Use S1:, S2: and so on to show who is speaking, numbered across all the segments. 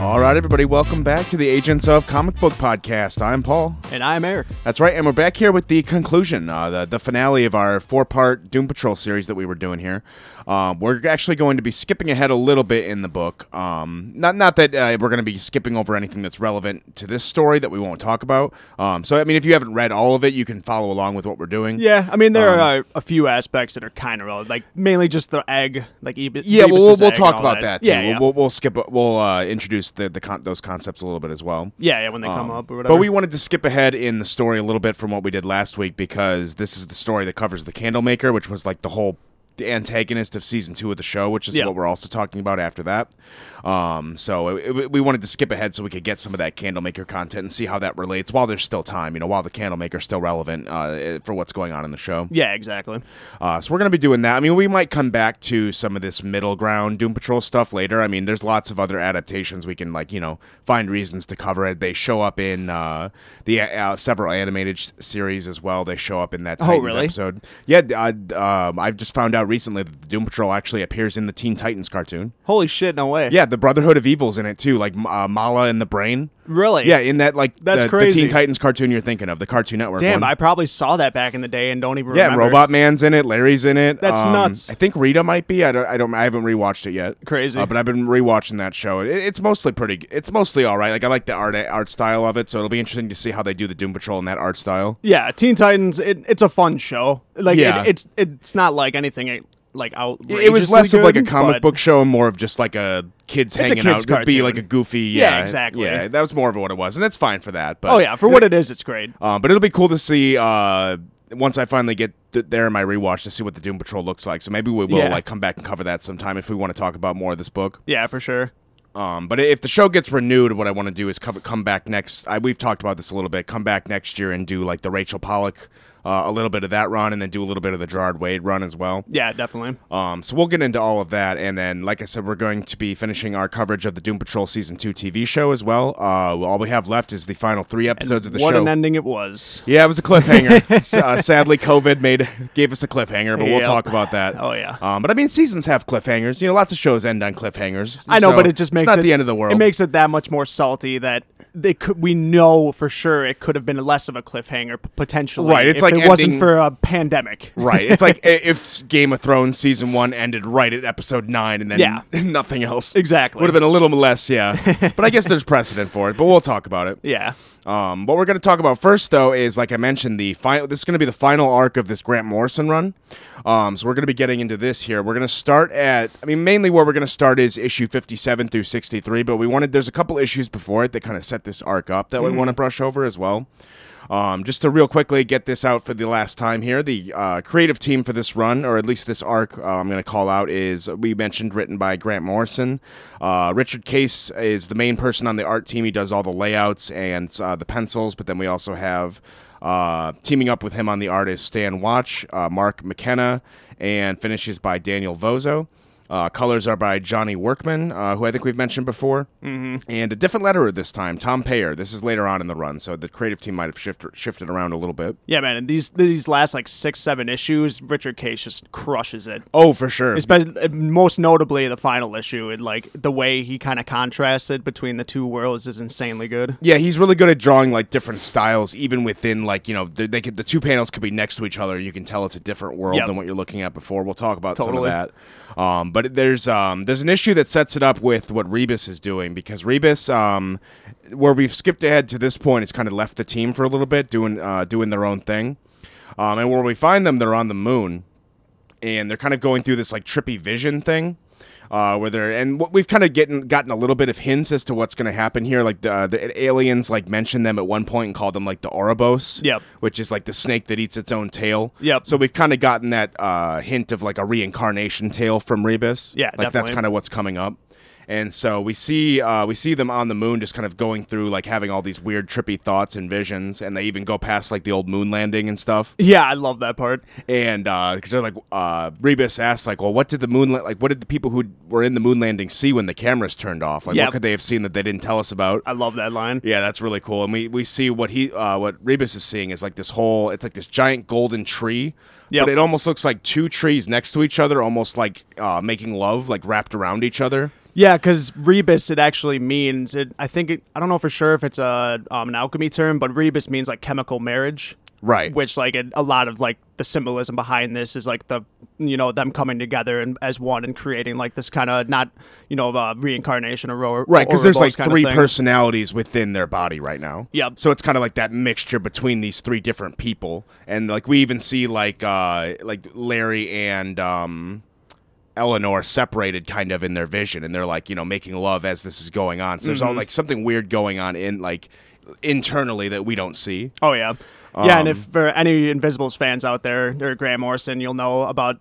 S1: All right, everybody, welcome back to the Agents of Comic Book Podcast. I'm Paul.
S2: And I'm Eric.
S1: That's right, and we're back here with the conclusion, uh, the, the finale of our four part Doom Patrol series that we were doing here. Um, we're actually going to be skipping ahead a little bit in the book. Um, not not that uh, we're going to be skipping over anything that's relevant to this story that we won't talk about. Um, so, I mean, if you haven't read all of it, you can follow along with what we're doing.
S2: Yeah, I mean there
S1: Um,
S2: are uh, a few aspects that are kind of relevant, like mainly just the egg, like Ebis,
S1: Yeah, well, we'll,
S2: Phoebus'
S1: we'll
S2: egg and
S1: talk
S2: all
S1: about that, too.
S2: Yeah, yeah.
S1: We'll, we'll, we'll skip. We'll uh, introduce the, the con- those concepts a little bit as well.
S2: yeah, yeah, when they come
S1: Um,
S2: up or whatever.
S1: But we wanted to skip ahead in the story a little bit from what we did last week because this is the story that covers the Candlemaker, which was like the whole antagonist of season two of the show, which is
S2: Yeah.
S1: what we're also talking about after that. Um, so it, it- we wanted to skip ahead so we could get some of that Candlemaker content and see how that relates while there's still time, you know, while the Candlemaker's still relevant uh, for what's going on in the show.
S2: yeah, exactly.
S1: Uh, so we're going to be doing that. I mean, we might come back to some of this middle ground Doom Patrol stuff later. I mean, there's lots of other adaptations we can like you know find reasons to cover it. They show up in uh, the uh, several animated sh- series as well. They show up in that Titans
S2: Oh, really?
S1: episode. Yeah, I, um, I've just found out recently that the Doom Patrol actually appears in the Teen Titans cartoon.
S2: Holy shit, no way.
S1: Yeah, the Brotherhood of Evil's in it too, like m- uh, Mala and the Brain.
S2: Really?
S1: Yeah, in that like
S2: That's
S1: the, the
S2: crazy.
S1: Teen Titans cartoon you're thinking of, the Cartoon Network.
S2: Damn,
S1: one.
S2: I probably saw that back in the day and don't even
S1: Yeah,
S2: remember.
S1: Robot Man's in it. Larry's in it.
S2: That's
S1: Um,
S2: nuts.
S1: I think Rita might be. I don't. I don't. I haven't rewatched it yet.
S2: Crazy.
S1: Uh, but I've been rewatching that show. It, it's mostly pretty. g- It's mostly all right. Like I like the art art style of it. So it'll be interesting to see how they do the Doom Patrol in that art style.
S2: Yeah, Teen Titans. It, it's a fun show. Like it-
S1: Yeah.
S2: it's it's not like anything like outrageous.
S1: It was less of like a comic
S2: but,
S1: book show and more of just like a kids
S2: It's a
S1: hanging out.
S2: kids'
S1: It'd be
S2: cartoon.
S1: like a goofy. Yeah,
S2: Yeah, exactly.
S1: Yeah, that was more of what it was, and that's fine for that. But
S2: Oh yeah, for what it is, it's great.
S1: Uh, but it'll be cool to see uh, once I finally get th- there in my rewatch to see what the Doom Patrol looks like. So maybe we will
S2: Yeah.
S1: like come back and cover that sometime if we want to talk about more of this book.
S2: Yeah, for sure.
S1: Um, but if the show gets renewed, what I want to do is cover, come back next. I, we've talked about this a little bit. Come back next year and do like the Rachel Pollack, uh, a little bit of that run, and then do a little bit of the Gerard Wade run as well.
S2: Yeah, definitely.
S1: Um, so we'll get into all of that, and then, like I said, we're going to be finishing our coverage of the Doom Patrol season two TV show as well. Uh, all we have left is the final three episodes of the
S2: what
S1: show.
S2: an ending it was.
S1: Yeah, it was a cliffhanger. S- uh, sadly, COVID made gave us a cliffhanger, but we'll
S2: Yep.
S1: talk about that.
S2: Oh, yeah.
S1: Um, but I mean, seasons have cliffhangers. You know, lots of shows end on cliffhangers.
S2: I know,
S1: so
S2: but it just
S1: it's
S2: makes
S1: not
S2: it,
S1: the end of the world.
S2: It makes it that much more salty that they could. We know for sure it could have been less of a cliffhanger p- potentially.
S1: Right, it's
S2: if
S1: like
S2: it wasn't
S1: ending-
S2: for a pandemic.
S1: right. It's like i- if Game of Thrones season one ended right at episode nine, and then
S2: Yeah.
S1: nothing else.
S2: Exactly.
S1: Would have been a little less, yeah. but I guess there's precedent for it. But we'll talk about it.
S2: Yeah.
S1: Um, what we're going to talk about first, though, is like I mentioned, the final. This is going to be the final arc of this Grant Morrison run. Um, so we're going to be getting into this here. We're going to start at. I mean, mainly where we're going to start is issue fifty-seven through sixty-three. But we wanted there's a couple issues before it that kind of set this arc up that we want to brush over as well. Um, just to real quickly get this out for the last time here, the uh, creative team for this run, or at least this arc, uh, I'm going to call out is we mentioned written by Grant Morrison. Uh, Richard Case is the main person on the art team. He does all the layouts and uh, the pencils, but then we also have. Uh, teaming up with him on the artist Stan Watch, uh, Mark McKenna, and finishes by Daniel Vozo. Uh, colors are by Johnny Workman, uh, who I think we've mentioned before, mm-hmm. and a different letterer this time, Tom Payer. This is later on in the run, so the creative team might have shifted shifted around a little bit.
S2: Yeah, man. And these these last like six seven issues, Richard Case just crushes it.
S1: Oh, for sure.
S2: Especially, most notably, the final issue and like the way he kind of contrasted between the two worlds is insanely good.
S1: yeah, he's really good at drawing like different styles, even within like you know they, they could, the two panels could be next to each other. You can tell it's a different world
S2: Yep.
S1: than what you're looking at before. We'll talk about some of
S2: Totally.
S1: that. Um, but there's um, there's an issue that sets it up with what Rebus is doing because Rebus, um, where we've skipped ahead to this point, has kind of left the team for a little bit, doing uh, doing their own thing. Um, and where we find them, they're on the moon, and they're kind of going through this like trippy vision thing, uh, where they're and what we've kind of getting gotten a little bit of hints as to what's going to happen here. Like the, the aliens like mentioned them at one point and called them like the Ouroboros,
S2: Yep.
S1: which is like the snake that eats its own tail.
S2: Yep.
S1: So we've kind of gotten that uh, hint of like a reincarnation tale from Rebus.
S2: Yeah,
S1: like that's
S2: definitely.
S1: kind of what's coming up. And so we see uh, we see them on the moon, just kind of going through like having all these weird trippy thoughts and visions, and they even go past like the old moon landing and stuff
S2: Yeah, I love that part.
S1: and because they're like uh, Rebus asked, like, well, what did the moon la- like? What did the people who were in the moon landing see when the cameras turned off? Like,
S2: Yeah.
S1: what could they have seen that they didn't tell us about?
S2: I love that line.
S1: yeah, that's really cool. And we, we see what he uh, what Rebus is seeing is like this whole it's like this giant golden tree,
S2: Yep.
S1: but it almost looks like two trees next to each other, almost like uh, making love, like wrapped around each other.
S2: Yeah, because rebus it actually means it. I think it, I don't know for sure if it's a um, an alchemy term, but rebus means like chemical marriage,
S1: Right.
S2: which like it, a lot of like the symbolism behind this is like the you know them coming together and as one and creating like this kind of not you know uh, reincarnation or ro-
S1: Right, because there's like
S2: Ouroboros kinda
S1: three
S2: thing.
S1: personalities within their body right now.
S2: Yep.
S1: So it's kind of like that mixture between these three different people, and like we even see like uh like Larry and um Eleanor separated kind of in their vision, and they're like you know making love as this is going on. So there's
S2: Mm-hmm.
S1: all like something weird going on in like internally that we don't see.
S2: Oh yeah, yeah. and if for any Invisibles fans out there, or Graham Morrison, you'll know about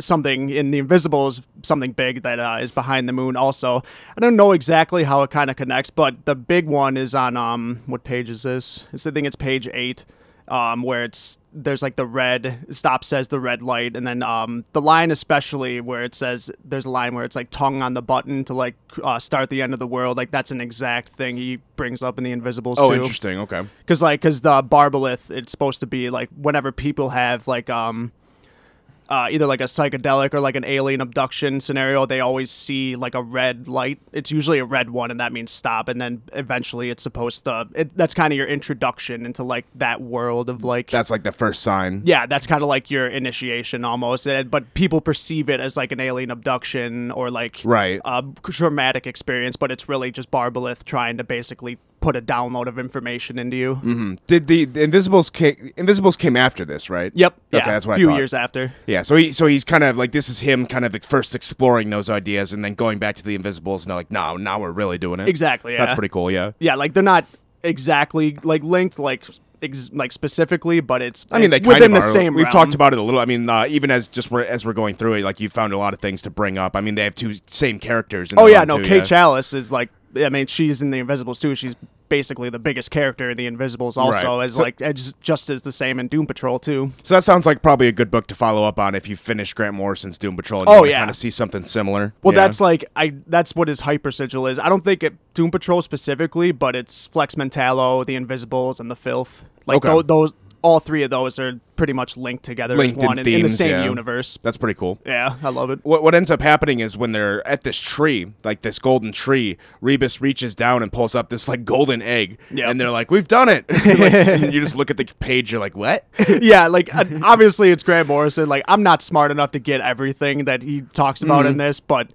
S2: something in the Invisibles, something big that uh, is behind the moon. Also, I don't know exactly how it kind of connects, but the big one is on um, what page is this? It's I think it's page eight. Um, where it's there's like the red stop says the red light and then um, the line especially where it says there's a line where it's like tongue on the button to like uh, start the end of the world like that's an exact thing he brings up in the invisibles
S1: Oh,
S2: too
S1: interesting. Okay.
S2: because like because the barbalith it's supposed to be like whenever people have like um uh, either like a psychedelic or like an alien abduction scenario they always see like a red light it's usually a red one and that means stop and then eventually it's supposed to it, that's kind of your introduction into like that world of like
S1: That's like the first sign.
S2: yeah that's kind of like your initiation almost and, but people perceive it as like an alien abduction or like
S1: Right.
S2: a traumatic experience but it's really just barbalith trying to basically put a download of information into you
S1: Did the, the Invisibles came, Invisibles came after this, right?
S2: Yep.
S1: Okay,
S2: yeah.
S1: that's what I
S2: A few
S1: thought.
S2: years after.
S1: Yeah, so he so he's kind of like this is him kind of first exploring those ideas and then going back to the Invisibles and they're like, no, now we're really doing it.
S2: Exactly,
S1: That's
S2: yeah.
S1: pretty cool. Yeah.
S2: Yeah, like they're not exactly like linked, like ex- like specifically, but it's
S1: I mean, they
S2: it's
S1: kind
S2: within
S1: of
S2: the
S1: are.
S2: same.
S1: We've
S2: realm.
S1: talked about it a little. I mean, uh, even as just we're, as we're going through it, like you found a lot of things to bring up. I mean, they have two same characters. In
S2: Oh
S1: the
S2: yeah,
S1: run,
S2: no.
S1: too,
S2: Kate Chalice is like. I mean, she's in the Invisibles too. She's basically the biggest character in the Invisibles, also
S1: Right.
S2: as
S1: So-
S2: like as, just as the same in Doom Patrol too.
S1: So that sounds like probably a good book to follow up on if you finish Grant Morrison's Doom Patrol. And
S2: Oh,
S1: you want to
S2: yeah.
S1: kind of see something similar.
S2: Well,
S1: Yeah.
S2: that's like I. That's what his hyper sigil is. I don't think it Doom Patrol specifically, but it's Flex Mentallo, the Invisibles, and the Filth. Like
S1: Okay.
S2: tho- those, all three of those are pretty much linked together
S1: Linked
S2: as
S1: in
S2: one in, in the
S1: themes,
S2: same
S1: yeah.
S2: universe.
S1: that's pretty cool.
S2: Yeah, I love it.
S1: what what ends up happening is when they're at this tree, like this golden tree, Rebus reaches down and pulls up this like golden egg,
S2: Yep.
S1: and they're like, "We've done it!" Like, and you just look at the page, you're like, "What?"
S2: yeah, like uh, obviously it's Grant Morrison. Like I'm not smart enough to get everything that he talks about in this, but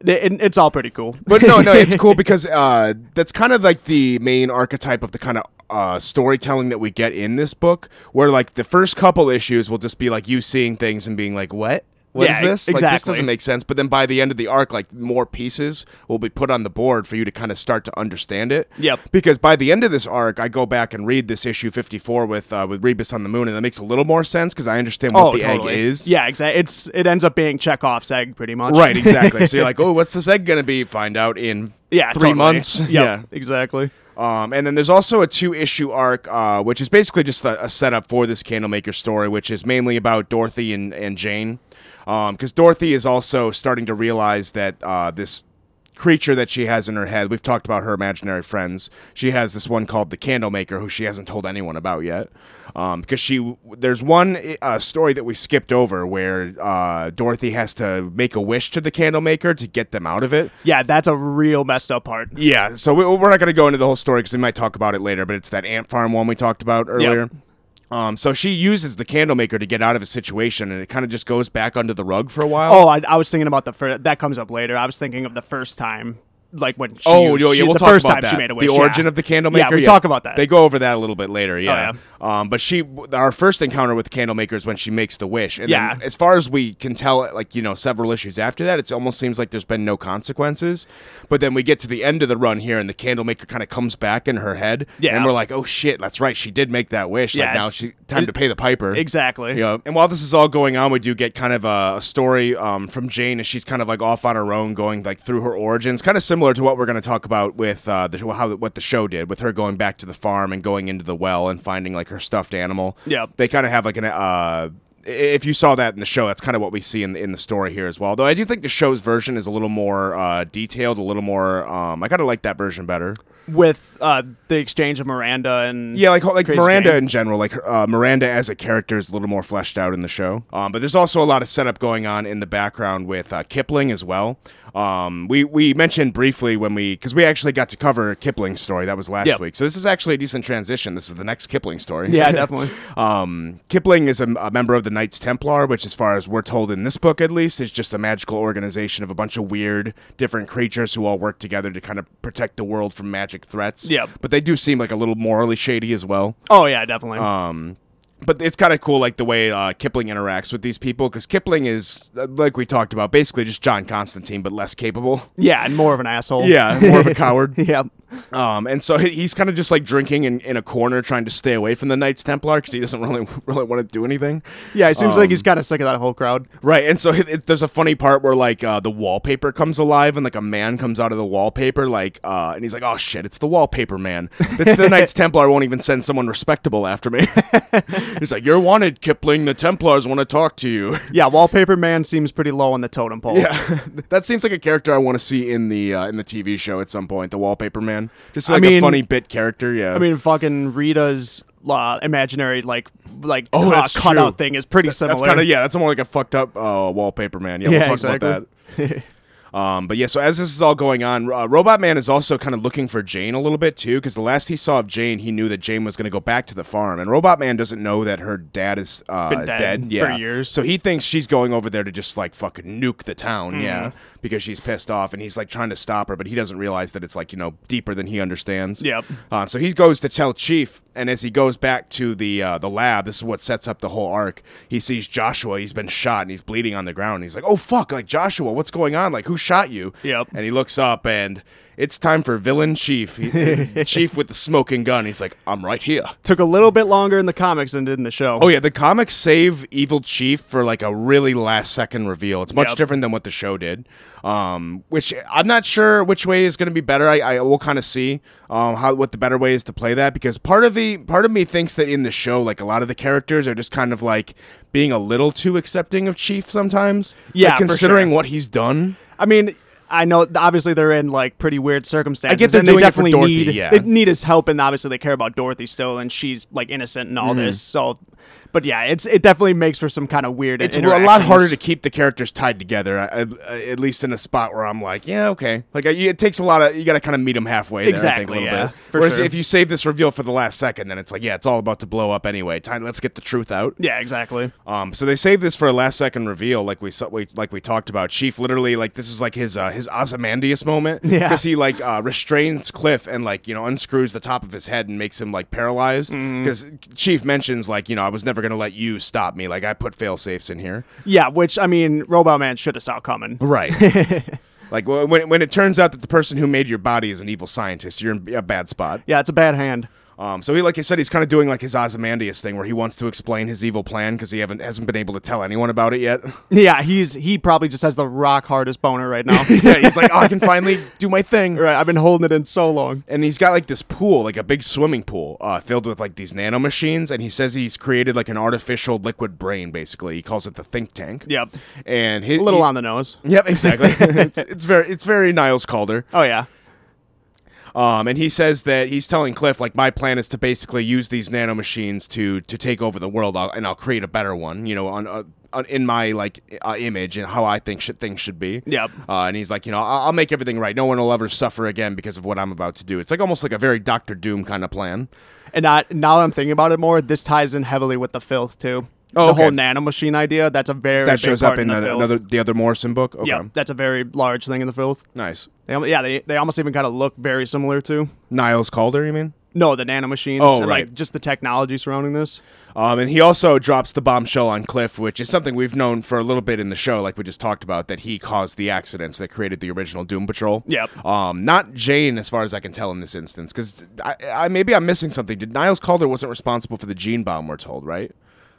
S2: it, it- it's all pretty cool.
S1: Mm-hmm. But no, no, it's cool because uh, that's kind of like the main archetype of the kind of uh, storytelling that we get in this book, where like the first couple issues will just be like you seeing things and being like, "What? What
S2: Yeah,
S1: is
S2: e-
S1: this? Like, this
S2: exactly.
S1: doesn't make sense." But then by the end of the arc, like more pieces will be put on the board for you to kind of start to understand it.
S2: Yep.
S1: Because by the end of this arc, I go back and read this issue fifty four with uh, with Rebus on the moon, and that makes a little more sense because I understand what the egg is.
S2: Oh, Yeah, exactly. It's it ends up being Chekhov's egg pretty much.
S1: Right, exactly. so you're like, oh, what's this egg gonna be? Find out in
S2: yeah,
S1: three
S2: totally.
S1: months.
S2: Yep,
S1: Yeah,
S2: exactly.
S1: um, and then there's also a two issue arc, uh, which is basically just a, a setup for this Candlemaker story, which is mainly about Dorothy and, and Jane. Because Dorothy is also starting to realize that uh, this creature that she has in her head, we've talked about her imaginary friends. She has this one called the Candlemaker, who she hasn't told anyone about yet. Um, because she, there's one uh, story that we skipped over where uh, Dorothy has to make a wish to the Candlemaker to get them out of it.
S2: Yeah, that's a real messed up part.
S1: Yeah, so we, we're not going to go into the whole story because we might talk about it later, but it's that ant farm one we talked about earlier. Um, so she uses the candlemaker to get out of a situation, and it kind of just goes back under the rug for a while.
S2: Oh, I, I was thinking about the first. That comes up later. I was thinking of the first time, like when she,
S1: Oh,
S2: used-
S1: yeah,
S2: she-
S1: yeah, we'll
S2: the
S1: talk
S2: first
S1: about
S2: time she
S1: that.
S2: made a wish.
S1: the
S2: yeah.
S1: origin of the candlemaker.
S2: Yeah, we talk about that. Oh,
S1: They go over that a little bit later. Yeah. Um, but she, our first encounter with the candlemaker is when she makes the wish, and then
S2: Yeah.
S1: as far as we can tell, like you know, several issues after that, it almost seems like there's been no consequences. But then we get to the end of the run here, and the candlemaker kind of comes back in her head,
S2: Yeah.
S1: and we're like, oh shit, that's right, she did make that wish.
S2: Yeah,
S1: like now
S2: it's-
S1: she time to pay the piper.
S2: exactly.
S1: Yeah. And while this is all going on, we do get kind of a, a story um, from Jane as she's kind of like off on her own, going like through her origins, kind of similar to what we're going to talk about with uh, the, how what the show did with her going back to the farm and going into the well and finding like her stuffed animal.
S2: Yep.
S1: They kind of have like an. Uh, i- if you saw that in the show, that's kind of what we see in the, in the story here as well. Though I do think the show's version is a little more uh, detailed, a little more. Um, I kind of like that version better.
S2: with uh, the exchange of Miranda and
S1: Yeah, like like
S2: Crazy
S1: Miranda
S2: Jane.
S1: in general, like uh, Miranda as a character is a little more fleshed out in the show. Um, but there's also a lot of setup going on in the background with uh, Kipling as well. Um, we we mentioned briefly when we because we actually got to cover Kipling's story that was last
S2: Yep.
S1: week. So this is actually a decent transition. This is the next Kipling story.
S2: Yeah, definitely.
S1: Um, Kipling is a, a member of the Knights Templar, which, as far as we're told in this book at least, is just a magical organization of a bunch of weird, different creatures who all work together to kind of protect the world from magic threats.
S2: Yep.
S1: But they do seem like a little morally shady as well.
S2: Oh yeah, definitely.
S1: uh, But it's kind of cool, like the way uh, Kipling interacts with these people, because Kipling is, uh, like we talked about, basically just John Constantine, but less capable.
S2: yeah, and more of an asshole.
S1: Yeah, more of a coward.
S2: yeah.
S1: Um, and so he- he's kind of just like drinking in, in a corner, trying to stay away from the Knights Templar because he doesn't really really want to do anything.
S2: Yeah, it seems
S1: Um,
S2: like he's kind of sick of that whole crowd.
S1: Right, and so it, it- there's a funny part where like uh, the wallpaper comes alive and like a man comes out of the wallpaper, like, uh, and he's like, "Oh shit, it's the wallpaper man." The, the Knights Templar won't even send someone respectable after me. he's like, "You're wanted, Kipling. The Templars want to talk to you."
S2: Yeah, Wallpaper Man seems pretty low on the totem pole.
S1: Yeah, that seems like a character I want to see in the uh, in the TV show at some point. The wallpaper man, just like a
S2: mean-
S1: funny bit character. Yeah,
S2: I mean, fucking Rita's uh, imaginary like like
S1: Oh,
S2: uh,
S1: that's true.
S2: cutout thing is pretty similar.
S1: that's kind of yeah, that's more like a fucked up uh, wallpaper man. Yeah, we'll
S2: Yeah,
S1: talk about that.
S2: exactly.
S1: Um, but yeah, so as this is all going on, uh, Robot Man is also kind of looking for Jane a little bit too, because the last he saw of Jane, he knew that Jane was going to go back to the farm, and Robot Man doesn't know that her dad is uh,
S2: Been dead for
S1: Yeah,
S2: years.
S1: So he thinks she's going over there to just like fucking nuke the town, yeah,
S2: Mm-hmm.
S1: because she's pissed off, and he's like trying to stop her, but he doesn't realize that it's like you know deeper than he understands.
S2: Yep.
S1: Uh, so he goes to tell Chief, and as he goes back to the uh, the lab, this is what sets up the whole arc. He sees Joshua. He's been shot, and he's bleeding on the ground. He's like, "Oh fuck! Like Joshua, what's going on? Like who shot you?"
S2: Yep.
S1: And he looks up, and it's time for villain Chief. He, Chief with the smoking gun. He's like, "I'm right here."
S2: Took a little bit longer in the comics than it did in the show.
S1: Oh yeah, the comics save Evil Chief for like a really last second reveal. It's much
S2: Yep.
S1: different than what the show did, um, which I'm not sure which way is going to be better. I, I will kind of see um, how what the better way is to play that because part of the part of me thinks that in the show, like a lot of the characters are just kind of like being a little too accepting of Chief sometimes.
S2: Yeah,
S1: Like,
S2: for sure.
S1: considering what he's done.
S2: I mean, I know obviously they're in like pretty weird circumstances.
S1: I get they're
S2: and
S1: doing it
S2: they
S1: for
S2: definitely
S1: Dorothy,
S2: need
S1: yeah.
S2: they need his help, and obviously they care about Dorothy still, and she's like innocent and all
S1: Mm-hmm.
S2: this. So, but yeah, it's it definitely makes for some kind of weird.
S1: It's a lot harder to keep the characters tied together, I- I- at least in a spot where I'm like, yeah, okay. Like I- it takes a lot of you got to kind of meet them halfway. There,
S2: Exactly,
S1: I think, a little
S2: yeah,
S1: bit.
S2: for
S1: Whereas
S2: sure.
S1: if you save this reveal for the last second, then it's like, yeah, it's all about to blow up anyway. Time, let's get the truth out.
S2: Yeah, exactly.
S1: Um, so they saved this for a last second reveal, like we, saw, we like we talked about. Chief literally like this is like his uh, his Ozymandias moment
S2: Yeah.
S1: because he like uh, restrains Cliff and like you know unscrews the top of his head and makes him like paralyzed
S2: Mm-hmm.
S1: because Chief mentions like you know I was never gonna let you stop me like I put fail safes in here.
S2: Yeah, which I mean, Robo Man should have saw coming.
S1: Right. like wh- when, when it turns out that the person who made your body is an evil scientist, you're in a bad spot.
S2: Yeah, it's a bad hand.
S1: Um, so he, like I said, he's kind of doing like his Ozymandias thing, where he wants to explain his evil plan because he haven't hasn't been able to tell anyone about it yet.
S2: Yeah, he's he probably just has the rock hardest boner right now.
S1: yeah, he's like, oh, I can finally do my thing.
S2: right, I've been holding it in so long.
S1: And he's got like this pool, like a big swimming pool, uh, filled with like these nanomachines. And he says he's created like an artificial liquid brain, basically. He calls it the think tank.
S2: Yep,
S1: And his,
S2: a little
S1: he-
S2: on the nose.
S1: Yep, exactly. it's, it's very, it's very Niles Calder.
S2: Oh yeah,
S1: Um, and he says that he's telling Cliff like my plan is to basically use these nanomachines to to take over the world, I'll, and I'll create a better one. You know, on, uh, on in my like uh, image and how I think should, things should be.
S2: Yep.
S1: Uh, and he's like, you know, I'll, I'll make everything right. No one will ever suffer again because of what I'm about to do. It's like almost like a very Doctor Doom kind of plan.
S2: and I, now I'm thinking about it more. This ties in heavily with the filth too.
S1: Oh,
S2: the
S1: okay.
S2: whole nano machine idea. That's a very
S1: That
S2: big
S1: shows
S2: part
S1: up in
S2: the
S1: another,
S2: filth.
S1: another the other Morrison book. Okay.
S2: Yep, that's a very large thing in the filth.
S1: Nice.
S2: They, al- yeah, they, they almost even kind of look very similar to.
S1: Niles Calder, you mean?
S2: No, the nano machines.
S1: Oh,
S2: and,
S1: right.
S2: Like just the technology surrounding this.
S1: Um, and he also drops the bombshell on Cliff, which is something we've known for a little bit in the show, like we just talked about, that he caused the accidents that created the original Doom Patrol.
S2: Yep.
S1: Um, not Jane, as far as I can tell in this instance, because I, I maybe I'm missing something. Did Niles Calder wasn't responsible for the gene bomb? We're told, right?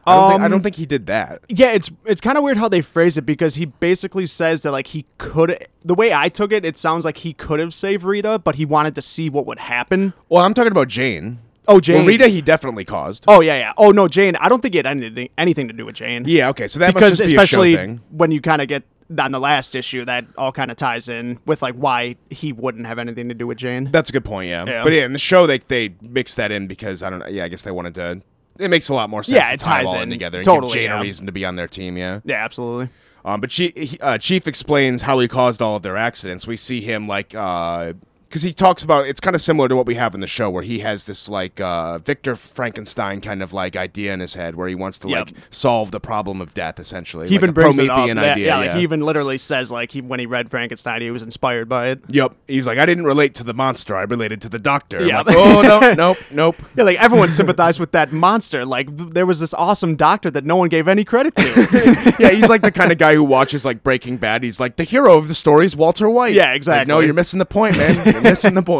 S1: I don't, think, I
S2: Um,
S1: don't think he did that.
S2: Yeah, it's it's kind of weird how they phrase it because he basically says that like he could. The way I took it, it sounds like he could have saved Rita, but he wanted to see what would happen.
S1: Well, I'm talking about Jane.
S2: Oh, Jane.
S1: Well, Rita, he definitely caused.
S2: Oh yeah, yeah. Oh no, Jane. I don't think it had anything anything to do with Jane.
S1: Yeah. Okay. So that
S2: because
S1: must just be a show
S2: especially
S1: thing.
S2: when you kind of get on the last issue, that all kind of ties in with like why he wouldn't have anything to do with Jane.
S1: That's a good point, yeah.
S2: Yeah.
S1: But yeah, in the show they they mix that in because I don't know. Yeah, I guess they wanted to. It makes a lot more sense
S2: Yeah,
S1: to
S2: it
S1: tie
S2: ties
S1: all in
S2: in.
S1: together and
S2: Totally,
S1: give Jane a
S2: yeah.
S1: reason to be on their team. Yeah.
S2: yeah, absolutely.
S1: Um, but she, he, uh, Chief explains how he caused all of their accidents. We see him like. Uh, because he talks about it's kind of similar to what we have in the show where he has this like uh, victor frankenstein kind of like idea in his head where he wants to
S2: Yep.
S1: like solve the problem of death essentially
S2: He
S1: like
S2: even
S1: a
S2: brings it up.
S1: promethean
S2: that-
S1: idea
S2: yeah, like, he even literally says like he when he read Frankenstein, he was inspired by it.
S1: yep he's like i didn't relate to the monster i related to the doctor I'm
S2: Yeah.
S1: like, oh no nope nope
S2: Yeah, like everyone sympathized with that monster. Like th- there was this awesome doctor that no one gave any credit to.
S1: yeah he's like the kind of guy who watches like breaking bad he's like the hero of the story is walter white
S2: Yeah,
S1: Like, no
S2: exactly.
S1: you're missing the point man you're missing the point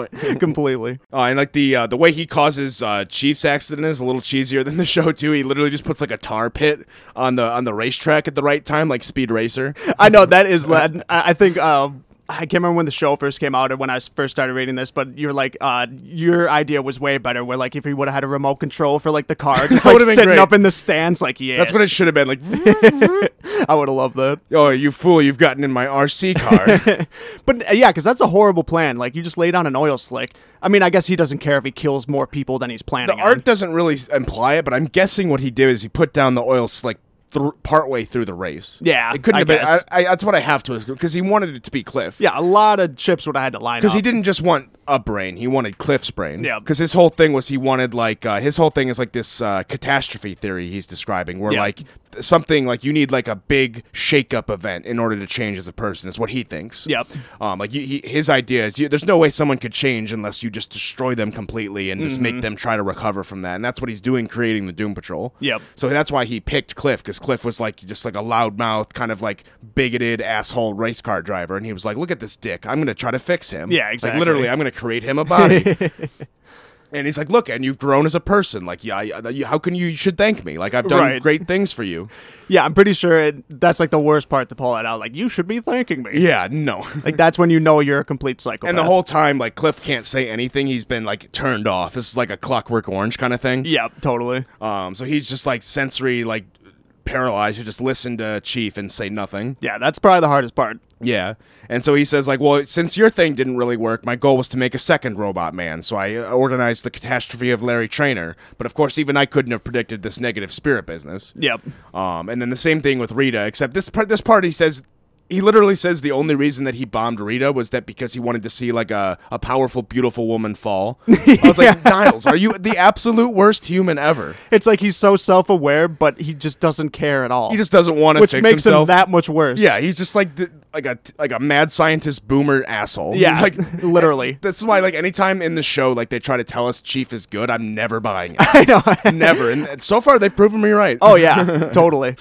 S2: Completely.
S1: Oh, and like the uh, the way he causes uh, Chiefs accident is a little cheesier than the show too. He literally just puts like a tar pit on the on the racetrack at the right time, like Speed Racer.
S2: I know that is. Lad- I I think. Uh, I can't remember when the show first came out or when I s- first started reading this, but you're like, uh, your idea was way better. Where like if he would have had a remote control for like the car, just like
S1: would've been
S2: sitting
S1: great.
S2: up in the stands, like yeah,
S1: That's what it should have been. Like,
S2: I would have loved that.
S1: oh, you fool, you've gotten in my RC car.
S2: But uh, yeah, because that's a horrible plan. Like you just lay down an oil slick. I mean, I guess he doesn't care if he kills more people than he's planning.
S1: the
S2: on.
S1: art doesn't really s- imply it, but I'm guessing what he did is he put down the oil slick thr partway through the race.
S2: Yeah,
S1: it couldn't
S2: I
S1: have been.
S2: guess.
S1: I, I, that's what I have to because he wanted it to be Cliff.
S2: Yeah, a lot of chips would have had to line up.
S1: Because he didn't just want a brain; he wanted Cliff's brain.
S2: Yeah.
S1: Because his whole thing was he wanted like uh, his whole thing is like this uh, catastrophe theory he's describing, where
S2: Yeah.
S1: like th- something like you need like a big shake-up event in order to change as a person is what he thinks.
S2: Yep.
S1: Um, like you, he, his idea is you, there's no way someone could change unless you just destroy them completely and just
S2: Mm-hmm.
S1: make them try to recover from that, and that's what he's doing creating the Doom Patrol.
S2: Yep.
S1: So that's why he picked Cliff because Cliff was like just like a loudmouth, kind of like bigoted asshole race car driver, and he was like, "Look at this dick! I'm gonna try to fix him."
S2: Yeah,
S1: Like
S2: exactly.
S1: literally, I'm gonna create him a body. and he's like, "Look, and you've grown as a person. Like, yeah, I, you- how can you? You should thank me. Like, I've done
S2: Right.
S1: great things for you."
S2: Yeah, I'm pretty sure it, that's like the worst part to pull it out. Like you should be thanking me.
S1: Yeah, no.
S2: Like that's when you know you're a complete psychopath.
S1: And the whole time, like Cliff can't say anything. He's been like turned off. This is like a Clockwork Orange kind of thing.
S2: Yeah, totally.
S1: Um, so he's just like sensory, like paralyzed. You just listen to Chief and say nothing.
S2: Yeah, that's probably the hardest part.
S1: Yeah. And so he says, like, well, since your thing didn't really work, my goal was to make a second robot man. So I uh, organized the catastrophe of Larry Trainer. But of course, even I couldn't have predicted this negative spirit business.
S2: Yep.
S1: Um, and then the same thing with Rita, except this part, this part, he says, he literally says the only reason that he bombed Rita was that because he wanted to see like a, a powerful, beautiful woman fall. I was like, Niles, are you the absolute worst human ever?
S2: It's like he's so self-aware, but he just doesn't care at all.
S1: He just doesn't want to
S2: which
S1: fix
S2: makes
S1: himself.
S2: him that much worse.
S1: Yeah, he's just like the, like a like a mad scientist boomer asshole. He's
S2: Yeah.
S1: like
S2: literally.
S1: that's why like anytime in the show like they try to tell us Chief is good, I'm never buying it.
S2: I know.
S1: never, and so far they've proven me right.
S2: oh yeah, totally.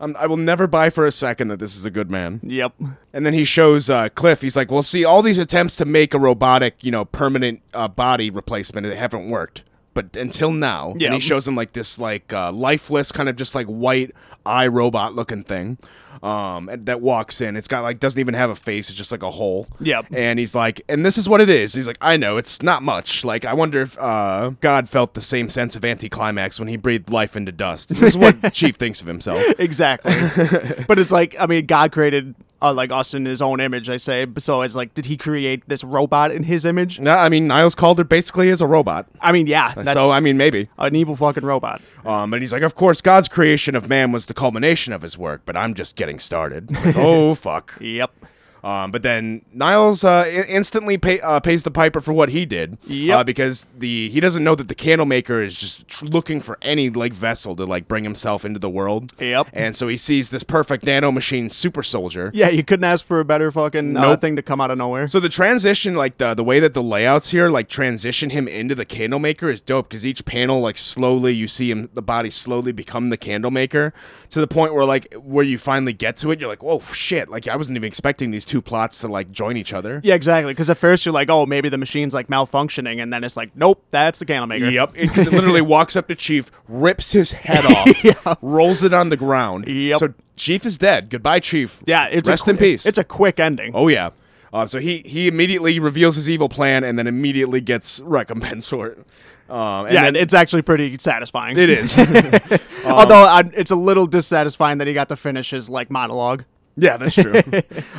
S1: I'm, I will never buy for a second that this is a good man.
S2: Yep.
S1: And then he shows uh, Cliff. He's like, "Well, see, all these attempts to make a robotic, you know, permanent uh, body replacement they haven't worked." But until now, and
S2: Yeah.
S1: he shows him like this, like uh, lifeless, kind of just like white eye robot looking thing, um, and that walks in. It's got like doesn't even have a face; it's just like a hole.
S2: Yep.
S1: And he's like, and this is what it is. He's like, I know it's not much. Like, I wonder if uh, God felt the same sense of anticlimax when he breathed life into dust. This is what Chief thinks of himself.
S2: Exactly. but it's like I mean, God created uh, like us in His own image. I say. So it's like, did He create this robot in His image?
S1: No, I mean, Niles Calder basically is a robot.
S2: I mean, yeah. That's
S1: so I mean, maybe.
S2: an evil fucking robot.
S1: Um, and he's like, of course, God's creation of man was the culmination of His work, but I'm just getting started. It's like, oh fuck.
S2: Yep.
S1: Um, but then Niles uh, in- instantly pay, uh, pays the piper for what he did.
S2: Yep.
S1: Uh, because the he doesn't know that the candle maker is just tr- looking for any like vessel to like bring himself into the world.
S2: Yep.
S1: And so he sees this perfect nano machine super soldier.
S2: Yeah, you couldn't ask for a better fucking uh,
S1: Nope.
S2: thing to come out of nowhere.
S1: So the transition, like the the way that the layouts here, like transition him into the candle maker is dope because each panel, like slowly, you see him, the body slowly become the candle maker to the point where, like, where you finally get to it, you're like, whoa, shit! Like I wasn't even expecting these two plots to like join each other.
S2: yeah, exactly. Because at first you're like, oh, maybe the machine's like malfunctioning, and then it's like, nope, that's the candle maker.
S1: Yep, because it literally walks up to Chief, rips his head off, rolls it on the ground.
S2: Yep.
S1: So Chief is dead. Goodbye, Chief.
S2: Yeah, it's
S1: rest
S2: a,
S1: in peace.
S2: It's a quick ending.
S1: oh yeah. Uh, so he he immediately reveals his evil plan and then immediately gets recompense for it. Um, and
S2: yeah,
S1: then,
S2: it's actually pretty satisfying.
S1: It is. Um,
S2: Although I, it's a little dissatisfying that he got to finish his like monologue.
S1: Yeah, that's true.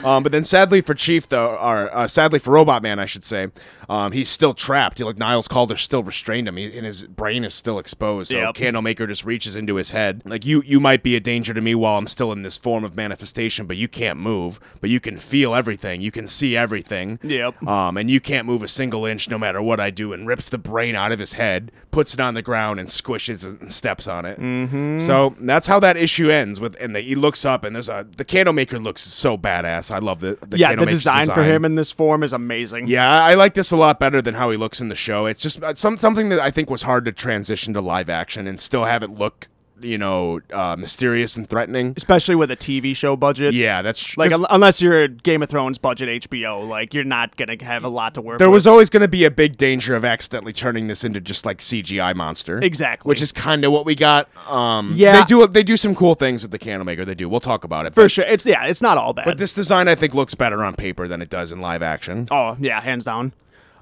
S1: um, but then, sadly for Chief, though, or uh, sadly for Robot Man, I should say, um, he's still trapped. He, like Niles Calder still restrained him, he, and his brain is still exposed. So
S2: Yep.
S1: Candlemaker just reaches into his head, like you, you might be a danger to me while I'm still in this form of manifestation, but you can't move, but you can feel everything, you can see everything.
S2: Yep.
S1: Um, and you can't move a single inch no matter what I do, and rips the brain out of his head, puts it on the ground, and squishes it and steps on it. Mm-hmm. So that's how that issue ends. With and the, he looks up, and there's a the candle maker looks so badass. I love the, the
S2: yeah, the
S1: Candlemaker's
S2: design, for him in this form is amazing.
S1: Yeah, I I like this a lot better than how he looks in the show. It's just uh, some something that I think was hard to transition to live action and still have it look, you know, uh, mysterious and threatening.
S2: Especially with a TV show budget.
S1: Yeah, that's
S2: Like,
S1: that's-
S2: un- unless you're Game of Thrones budget HBO, like, you're not going to have a lot to work
S1: There
S2: with.
S1: was always going to be a big danger of accidentally turning this into just like CGI monster.
S2: Exactly.
S1: Which is kind of what we got. Um,
S2: Yeah.
S1: They do they do some cool things with the Candlemaker. They do. We'll talk about it.
S2: For
S1: but,
S2: sure. It's, yeah, it's not all bad.
S1: but this design I think looks better on paper than it does in live action.
S2: oh, yeah, hands down.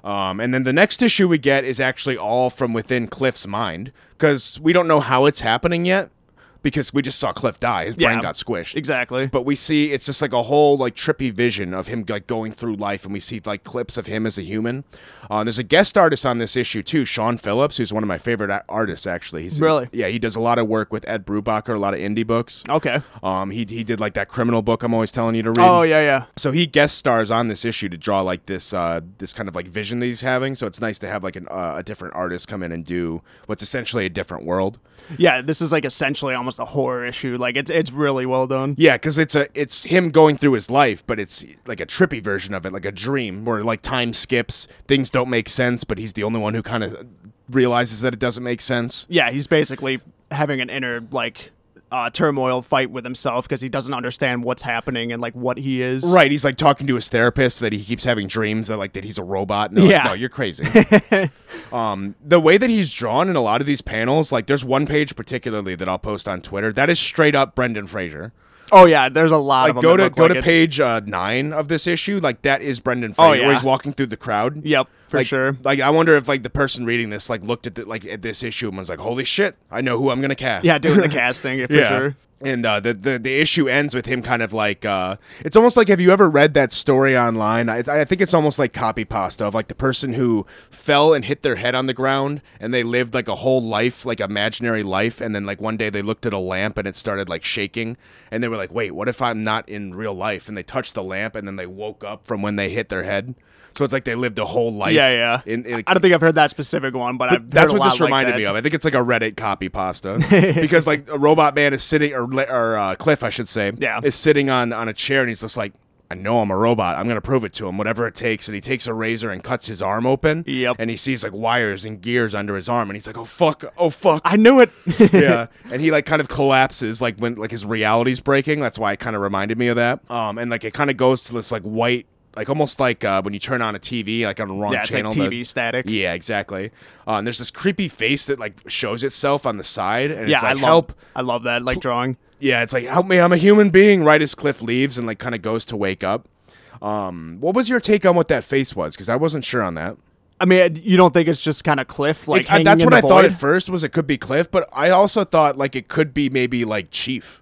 S1: Um, and then the next issue we get is actually all from within Cliff's mind because we don't know how it's happening yet because we just saw Cliff die. His brain
S2: Yeah.
S1: got squished.
S2: Exactly.
S1: But we see it's just like a whole like trippy vision of him like going through life, and we see like clips of him as a human. Uh, there's a guest artist on this issue too, Sean Phillips, who's one of my favorite a- artists actually. He's
S2: Really? Oh.
S1: yeah, he does a lot of work with Ed Brubaker, a lot of indie books.
S2: Okay.
S1: Um, he he did like that criminal book I'm always telling you to read.
S2: Oh, yeah, yeah.
S1: So he guest stars on this issue to draw like this uh, this kind of like vision that he's having. So it's nice to have like an, uh, a different artist come in and do what's essentially a different world.
S2: Yeah, this is like essentially almost a horror issue. Like it's it's really well done.
S1: Yeah, because it's a it's him going through his life, but it's like a trippy version of it, like a dream where like time skips, things don't make sense, but he's the only one who kind of realizes that it doesn't make sense.
S2: Yeah, he's basically having an inner like uh, turmoil fight with himself because he doesn't understand what's happening and like what he is.
S1: Right, he's like talking to his therapist that he keeps having dreams that like that he's a robot. And they're like,
S2: Yeah.
S1: no, you're crazy. um, the way that he's drawn in a lot of these panels, like there's one page particularly that I'll post on Twitter that is straight up Brendan Fraser.
S2: Oh yeah, there's a lot of
S1: Like
S2: them.
S1: go
S2: that
S1: to
S2: look
S1: go
S2: like
S1: to
S2: it.
S1: page uh, nine of this issue, like that is Brendan Fraser where
S2: Oh, yeah.
S1: he's walking through the crowd.
S2: Yep, for
S1: Like-
S2: sure.
S1: Like I wonder if like the person reading this like looked at the, like at this issue and was like, "Holy shit, I know who I'm gonna cast."
S2: Yeah, doing the casting yeah, for sure.
S1: And uh, the, the the issue ends with him kind of like uh, it's almost like have you ever read that story online? I, I think it's almost like copy pasta of like the person who fell and hit their head on the ground and they lived like a whole life, like imaginary life, and then like one day they looked at a lamp and it started like shaking and they were like, wait, what if I'm not in real life? And they touched the lamp and then they woke up from when they hit their head. So it's like they lived a whole life.
S2: Yeah, yeah.
S1: In, in,
S2: I don't think I've heard that specific one, but I've
S1: that's
S2: heard a
S1: what this
S2: lot like
S1: reminded
S2: that.
S1: me of. I think it's like a Reddit copy pasta because like a robot man is sitting or le- or uh, Cliff, I should say,
S2: Yeah.
S1: is sitting on on a chair and he's just like. I know I'm a robot. I'm gonna prove it to him, whatever it takes. And he takes a razor and cuts his arm open.
S2: Yep.
S1: And he sees like wires and gears under his arm, and he's like, "Oh fuck! Oh fuck!"
S2: I knew it.
S1: yeah. And he like kind of collapses, like when like his reality's breaking. That's why it kind of reminded me of that. Um, and like it kind of goes to this like white, like almost like uh, when you turn on a TV, like on the wrong
S2: yeah, it's like
S1: channel.
S2: TV
S1: the-
S2: static.
S1: yeah, exactly. Uh, and there's this creepy face that like shows itself on the side, and
S2: Yeah,
S1: it's
S2: I
S1: like
S2: love
S1: help.
S2: I love that like drawing.
S1: Yeah, it's like help me, I'm a human being. Right as Cliff leaves and like kind of goes to wake up. Um, what was your take on what that face was? Because I wasn't sure on that.
S2: I mean, you don't think it's just kind of cliff like
S1: Like, I-
S2: hanging
S1: uh, that's
S2: in
S1: what
S2: the
S1: I thought
S2: void?
S1: at first was it could be Cliff, but I also thought like it could be maybe like Chief,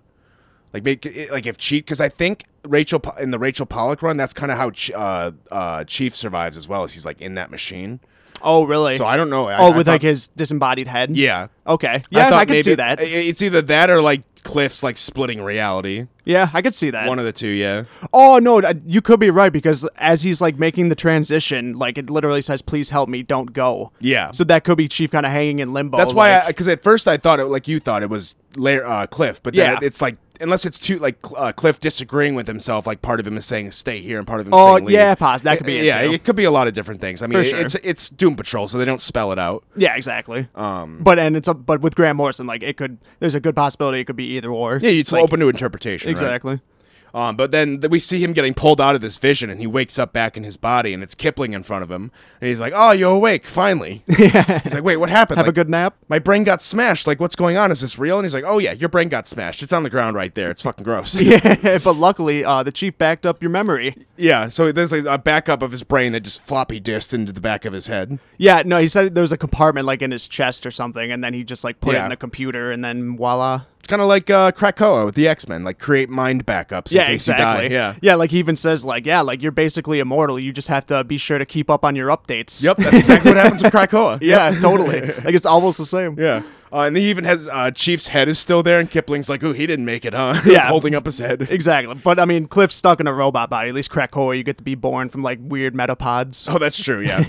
S1: like make it- like if Chief because I think Rachel Po- in the Rachel Pollock run that's kind of how Ch- uh, uh, Chief survives as well as he's like in that machine.
S2: Oh, really?
S1: So I don't know. I,
S2: oh,
S1: I
S2: with
S1: thought-
S2: like his disembodied head.
S1: yeah.
S2: Okay. Yeah, I,
S1: thought
S2: could see
S1: maybe-
S2: that.
S1: i- It's either that or like Cliff's like splitting reality.
S2: yeah, I could see that.
S1: One of the two, yeah.
S2: Oh no, th- you could be right because as he's like making the transition, like it literally says, "Please help me, don't go."
S1: Yeah.
S2: So that could be Chief kind of hanging in limbo.
S1: That's why,
S2: like-
S1: because at first I thought it, like you thought it was Lair, uh, Cliff, but then
S2: Yeah.
S1: it- it's like unless it's too like Cl- uh, Cliff disagreeing with himself, like part of him is saying stay here and part of him
S2: Oh,
S1: saying leave.
S2: yeah, pos- that could be it,
S1: yeah,
S2: too.
S1: it could be a lot of different things. I mean,
S2: For
S1: it-
S2: sure.
S1: it's it's Doom Patrol, so they don't spell it out.
S2: yeah, exactly. Um, but and it's a, but with Graham Morrison, like it could. There's a good possibility it could be either or.
S1: Yeah, it's
S2: Like,
S1: open to interpretation. right?
S2: Exactly.
S1: Um, but then th- we see him getting pulled out of this vision, and he wakes up back in his body, and it's Kipling in front of him, and he's like, "Oh, you're awake, finally." He's like, "Wait, what happened?"
S2: Have
S1: Like,
S2: a good nap.
S1: my brain got smashed. Like, what's going on? Is this real? And he's like, oh, yeah, your brain got smashed. It's on the ground right there. It's fucking gross. Yeah.
S2: Yeah, but luckily, uh, the Chief backed up your memory.
S1: so there's like, a backup of his brain that just floppy disked into the back of his head.
S2: Yeah, no, he said there was a compartment like in his chest or something, and then he just like put it
S1: Yeah.
S2: in the computer, and then voila.
S1: kind of like uh, Krakoa with the X Men, like create mind backups in
S2: yeah,
S1: case
S2: exactly.
S1: you die. Yeah.
S2: yeah. Like he even says, like, yeah, like you're basically immortal. You just have to be sure to keep up on your updates.
S1: Yep, that's exactly what happens with Krakoa.
S2: yeah, totally. Like it's almost the same.
S1: Yeah. Uh, and he even has uh, Chief's head is still there, and Kipling's like, "Ooh, he didn't make it, huh?"
S2: Yeah.
S1: holding up his head.
S2: Exactly. But I mean, Cliff's stuck in a robot body. At least Krakoa, you get to be born from like weird metapods.
S1: Oh, that's true. Yeah.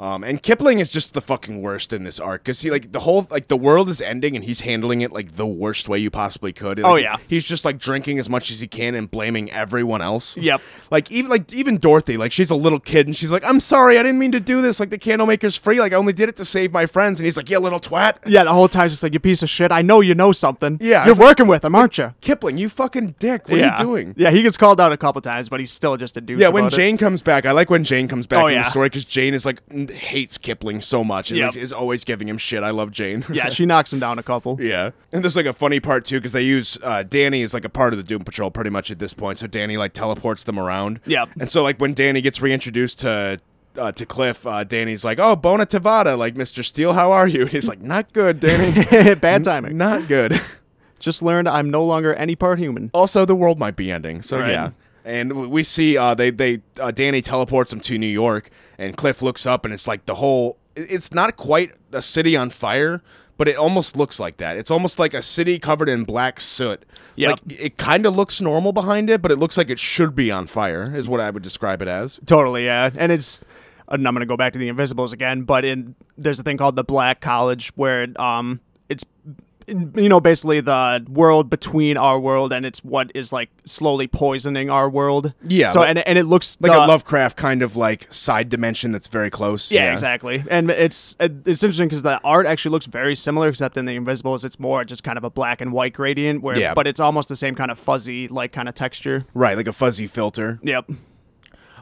S1: um, and Kipling is just the fucking worst in this arc because he like the whole like the world is ending, and he's handling it like the worst way you possibly could. And,
S2: Oh,
S1: like,
S2: yeah.
S1: He's just like drinking as much as he can and blaming everyone else.
S2: Yep.
S1: Like even like even Dorothy, like she's a little kid, and she's like, "I'm sorry, I didn't mean to do this. Like the candle maker's free. Like I only did it to save my friends." And he's like, "Yeah, little twat."
S2: Yeah, the whole time it's just like you piece of shit. I know you know something.
S1: Yeah,
S2: you're
S1: it's
S2: working with him, aren't you?
S1: Kipling, you fucking dick. What
S2: yeah.
S1: are you doing?
S2: Yeah, he gets called out a couple times, but he's still just a douche.
S1: Yeah, when
S2: about it.
S1: Jane comes back, I like when Jane comes back
S2: Oh,
S1: in
S2: yeah.
S1: the story because Jane is like n- hates Kipling so much and
S2: Yep.
S1: is- is always giving him shit. I love Jane.
S2: Yeah, she knocks him down a couple.
S1: yeah. And there's like a funny part too because they use uh, Danny is like a part of the Doom Patrol pretty much at this point. So Danny like teleports them around.
S2: Yep.
S1: And so like when Danny gets reintroduced to. Uh, to Cliff, uh, Danny's like, "Oh, Bona Tavada, like Mr. Steele, how are you?" And he's like, "Not good, Danny,
S2: Bad timing.
S1: not good."
S2: Just learned I'm no longer any part human.
S1: also the world might be ending so
S2: Right.
S1: yeah and w- we see uh, they they uh, danny teleports him to new york and cliff looks up and it's like the whole it- it's not quite a city on fire but it almost looks like that it's almost like a city covered in black soot
S2: Yep.
S1: like it kind of looks normal behind it but it looks like it should be on fire is what i would describe it as
S2: Totally, yeah. And it's and I'm gonna go back to the Invisibles again, but in there's a thing called the Black College where um it's you know basically the world between our world and it's what is like slowly poisoning our world.
S1: Yeah,
S2: So
S1: like-
S2: and and it looks
S1: like
S2: the,
S1: a lovecraft kind of like side dimension that's very close
S2: Uh, Yeah, exactly. And it's it- it's interesting because the art actually looks very similar, except in the Invisibles, it's more just kind of a black and white gradient. Where,
S1: Yeah.
S2: but it's almost the same kind of fuzzy, like kind of texture.
S1: right like a fuzzy filter
S2: Yep.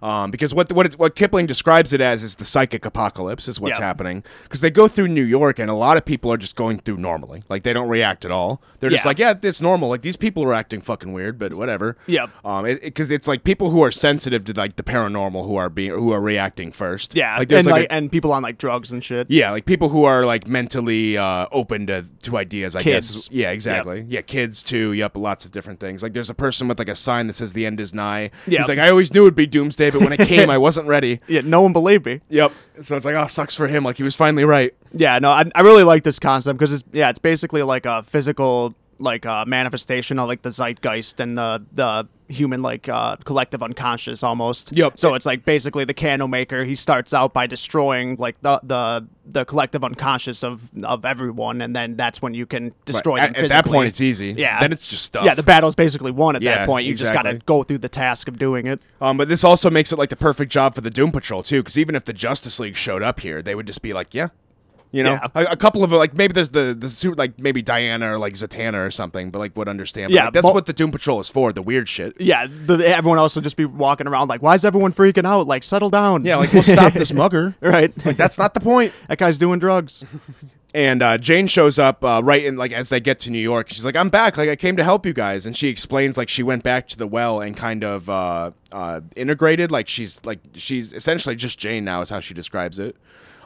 S1: um, because what what it, what Kipling describes it as is the psychic apocalypse is what's
S2: Yeah.
S1: happening because they go through New York and a lot of people are just going through normally like they don't react at all they're just
S2: Yeah.
S1: like yeah it's normal like these people are acting fucking weird but whatever
S2: Yep.
S1: um because it's like people who are sensitive to like the paranormal who are being who are reacting first
S2: Yeah.
S1: like there's
S2: and
S1: like,
S2: like,
S1: a-
S2: and people on like drugs and shit.
S1: yeah, like people who are like mentally uh, open to to ideas, I guess.
S2: Kids.
S1: Yeah, exactly. Yeah, kids too. Yep, lots of different things. Like there's a person with like a sign that says the end is nigh. Yeah,
S2: Yep.
S1: He's like, I always knew it'd be doomsday, but when it came, I wasn't ready.
S2: Yeah. No one believed me.
S1: Yep. So it's like, oh, sucks for him. Like he was finally right.
S2: Yeah. No, I, I really like this concept because it's yeah, it's basically like a physical like uh, manifestation of like the zeitgeist and the the human like uh, collective unconscious almost.
S1: Yep.
S2: So it's like basically the candle maker. He starts out by destroying like the the the collective unconscious of of everyone, and then that's when you can destroy.
S1: At,
S2: them
S1: at that
S2: physically.
S1: point, it's easy.
S2: Yeah.
S1: Then it's just stuff.
S2: yeah, the battle's basically won at
S1: Yeah,
S2: that point. You just
S1: exactly.
S2: gotta go through the task of doing it.
S1: um, but this also makes it like the perfect job for the Doom Patrol too, because even if the Justice League showed up here, they would just be like, yeah. You know,
S2: Yeah.
S1: a, a couple of like maybe there's the the suit like maybe Diana or like Zatanna or something, but like would understand. But,
S2: Yeah,
S1: like, that's
S2: mo-
S1: what the Doom Patrol is for—the weird shit.
S2: Yeah, the, everyone else will just be walking around like, "Why is everyone freaking out? Like, settle down."
S1: Yeah, like we'll stop this mugger.
S2: right.
S1: Like that's not the point.
S2: that guy's doing drugs.
S1: And uh, Jane shows up uh, right in like as they get to New York. She's like, "I'm back. Like I came to help you guys." And she explains like she went back to the well and kind of uh, uh, integrated. Like she's like she's essentially just Jane now is how she describes it.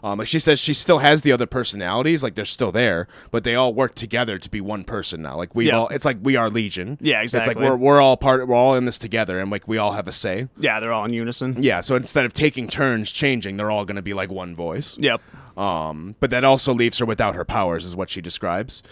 S1: Um, like she says, she still has the other personalities. Like they're still there, but they all work together to be one person now. Like we
S2: Yeah.
S1: all, it's like we are Legion.
S2: Yeah,
S1: It's like
S2: exactly.
S1: we're we're all part. We're all in this together, and like we all have a say.
S2: Yeah, they're all in unison.
S1: Yeah. So instead of taking turns changing, they're all going to be like one voice.
S2: Yep.
S1: Um, but that also leaves her without her powers, is what she describes.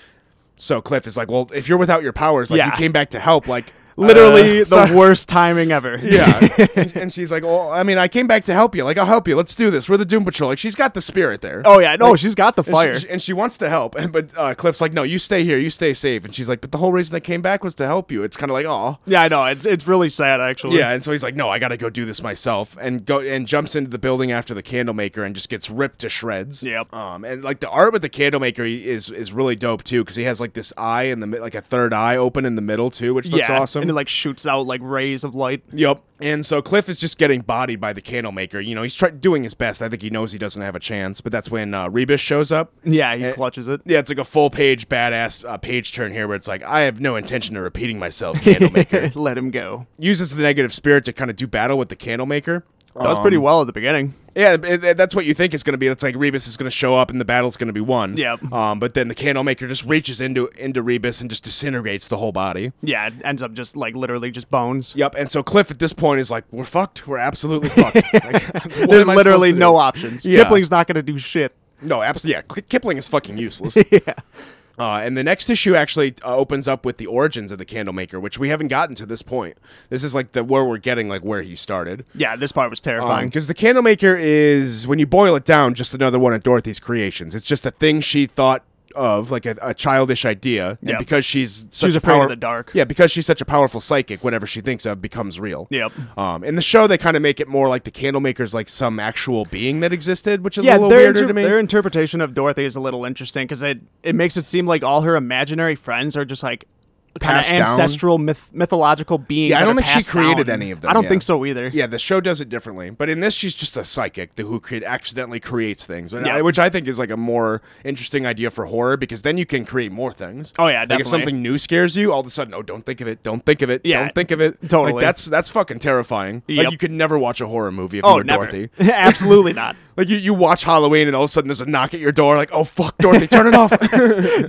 S1: So Cliff is like, "Well, if you're without your powers, like you
S2: Yeah.
S1: came back to help, like
S2: Literally
S1: uh,
S2: the
S1: sorry."
S2: worst timing ever.
S1: yeah." and she's like, "Well, I mean, I came back to help you. Like, I'll help you. Let's do this. We're the Doom Patrol. Like, she's got the spirit there.
S2: Oh yeah, no, she's got the
S1: And she-
S2: fire.
S1: she- and she wants to help, and but uh, Cliff's like, "No, you stay here. You stay safe." And she's like, "But the whole reason I came back was to help you." It's kind of like, "Oh,
S2: yeah, I know. It's it's really sad actually.
S1: yeah, and so he's like, "No, I got to go do this myself," and go and jumps into the building after the candlemaker and just gets ripped to shreds.
S2: Yep.
S1: Um, and like the art with the candlemaker he- is is really dope too because he has like this eye in the mi- like a third eye open in the middle too, which looks
S2: Yeah,
S1: awesome.
S2: And it like shoots out like rays of light.
S1: Yep. And so Cliff is just getting bodied by the candlemaker. You know, he's try- doing his best. I think he knows he doesn't have a chance, but that's when uh, Rebus shows up.
S2: Yeah, he
S1: Eh.
S2: clutches it.
S1: Yeah, it's like a full page badass uh, page turn here where it's like, I have no intention of repeating myself, Candlemaker.
S2: Let him go.
S1: Uses the negative spirit to kind of do battle with the Candlemaker. Um,
S2: That was pretty well at the beginning.
S1: Yeah, it- it- that's what you think it's going to be. It's like Rebus is going to show up and the battle's going to be won.
S2: Yep.
S1: Um, but then the Candlemaker just reaches into into Rebus and just disintegrates the whole body.
S2: Yeah, it ends up just like literally just bones.
S1: Yep. And so Cliff at this point is like, "We're fucked. We're absolutely fucked." Like, what
S2: There's
S1: am I
S2: literally
S1: supposed to
S2: no
S1: do?
S2: options.
S1: Yeah.
S2: Kipling's not going to do shit.
S1: No, absolutely. Yeah, Ki- Kipling is fucking useless.
S2: yeah.
S1: Uh, and the next issue actually uh, opens up with the origins of the Candlemaker, which we haven't gotten to this point. This is like the where we're getting like where he started.
S2: Yeah, this part was terrifying.
S1: Because the Candlemaker is, when you boil it down, just another one of Dorothy's creations. It's just a thing she thought of, like a, a childish idea.
S2: Yeah.
S1: And because she's such
S2: was
S1: a
S2: afraid of
S1: power-
S2: the dark.
S1: Yeah, because she's such a powerful psychic, whatever she thinks of becomes real.
S2: Yep.
S1: Um, in the show, they kind of make it more like the Candlemaker's like some actual being that existed, which is a
S2: yeah,
S1: little
S2: their,
S1: weirder
S2: inter-
S1: to me.
S2: their interpretation of Dorothy is a little interesting because it, it makes it seem like all her imaginary friends are just like kind
S1: Passed
S2: of
S1: down.
S2: ancestral myth- mythological beings.
S1: Yeah, I
S2: that
S1: don't think
S2: are
S1: she
S2: passed
S1: created
S2: down.
S1: any of them,
S2: I don't
S1: yeah.
S2: think so either.
S1: Yeah, the show does it differently, but in this, she's just a psychic who cre- accidentally creates things, and
S2: Yeah.
S1: I- which I think is like a more interesting idea for horror because then you can create more things.
S2: Oh, yeah,
S1: Like if
S2: definitely.
S1: something new scares you, all of a sudden, oh, don't think of it, don't think of it,
S2: Yeah,
S1: don't think of it.
S2: totally.
S1: Like that's that's fucking terrifying. Like
S2: Yep.
S1: you could never watch a horror movie if you
S2: Oh,
S1: were
S2: never.
S1: Dorothy.
S2: Absolutely not.
S1: Like you, you watch Halloween and all of a sudden there's a knock at your door, like oh fuck, Dorothy, turn it off.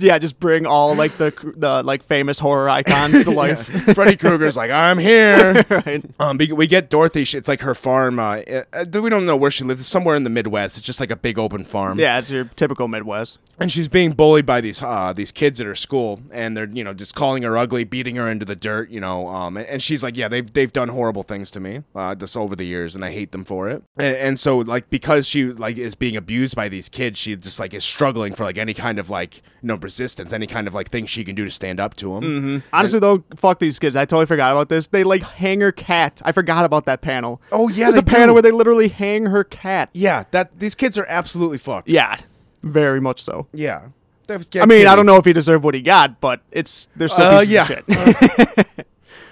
S2: yeah, just bring all like the cr- the like famous horror icons to life.
S1: Freddy Krueger's like I'm here.
S2: Right?
S1: Um, be- we get Dorothy. She, it's like her farm. Uh, uh, we don't know where she lives. It's somewhere in the Midwest. It's just like a big open farm.
S2: Yeah, it's your typical Midwest.
S1: and she's being bullied by these uh, these kids at her school, and they're you know just calling her ugly, beating her into the dirt, you know. Um, and, and she's like, yeah, they've they've done horrible things to me uh, just over the years, and I hate them for it. And, and so like because she like is being abused by these kids, she just like is struggling for like any kind of like you know resistance, any kind of like thing she can do to stand up to them.
S2: Honestly, though, fuck these kids. I totally forgot about this. They like hang her cat. I forgot about that panel.
S1: Oh, yeah,
S2: there's
S1: they
S2: a panel
S1: do.
S2: where they literally hang her cat.
S1: Yeah, that these kids are absolutely fucked.
S2: Yeah, very much so.
S1: Yeah.
S2: I mean, I don't know if he deserved what he got, but it's there's still
S1: Uh,
S2: pieces
S1: yeah.
S2: of shit.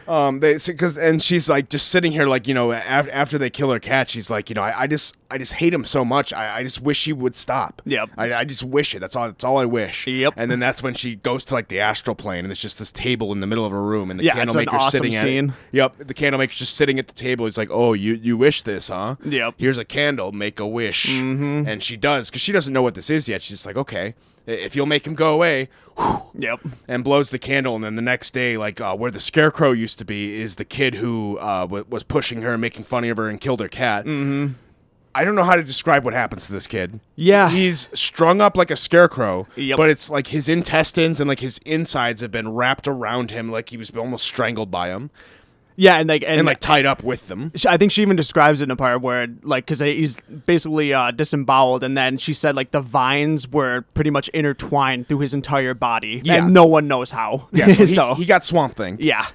S1: Um, they because and she's like just sitting here, like you know, af- after they kill her cat, she's like, you know, I, I just I just hate him so much. I, I just wish he would stop.
S2: Yep.
S1: I, I just wish it. That's all. That's all I wish.
S2: Yep.
S1: And then that's when she goes to like the astral plane, and it's just this table in the middle of a room, and the
S2: Yeah, it's
S1: candle
S2: an
S1: maker's
S2: awesome
S1: sitting at.
S2: scene.
S1: It. Yep. The candle maker's just sitting at the table. He's like, oh, you you wish this, huh?
S2: Yep.
S1: Here's a candle. Make a wish. Mm-hmm. And she does because she doesn't know what this is yet. She's just like, okay, i- if you'll make him go away, whew,
S2: yep.
S1: and blows the candle. And then the next day, like uh, where the scarecrow used to be, is the kid who uh, w- was pushing her and making fun of her and killed her cat. Mm-hmm. I don't know how to describe what happens to this kid.
S2: Yeah.
S1: he's strung up like a scarecrow,
S2: Yep.
S1: but it's like his intestines and like his insides have been wrapped around him, like he was almost strangled by him
S2: Yeah, and like and,
S1: and like tied up with them.
S2: sh- I think she even describes it in a part where like because he's basically uh, disemboweled, and then she said like the vines were pretty much intertwined through his entire body,
S1: Yeah.
S2: and no one knows how.
S1: Yeah, so he,
S2: So,
S1: he got Swamp Thing.
S2: yeah,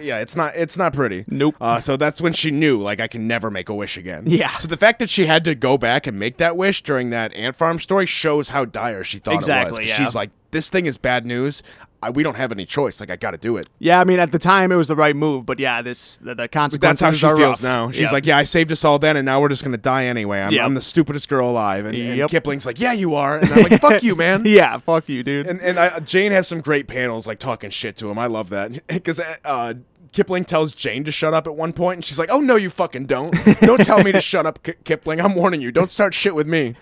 S1: Yeah, it's not it's not pretty.
S2: Nope.
S1: Uh, so that's when she knew, like, I can never make a wish again.
S2: Yeah.
S1: So the fact that she had to go back and make that wish during that ant farm story shows how dire she thought it was.
S2: Exactly,
S1: 'Cause
S2: yeah.
S1: She's like, this thing is bad news. I, we don't have any choice. Like, I got to do it.
S2: yeah. I mean, at the time it was the right move, but yeah, this the, the
S1: That's
S2: consequences.
S1: how she
S2: are
S1: feels
S2: rough.
S1: now. She's
S2: Yep.
S1: like, yeah, I saved us all then, and now we're just gonna die anyway. I'm,
S2: Yep.
S1: I'm the stupidest girl alive. And, and
S2: Yep.
S1: Kipling's like, yeah, you are. And I'm like, fuck you, man.
S2: yeah, fuck you, dude.
S1: And and I, Jane has some great panels like talking shit to him. I love that because uh, Kipling tells Jane to shut up at one point, and she's like, "Oh no, you fucking don't! Don't tell me to shut up, Ki Kipling. I'm warning you. Don't start shit with me."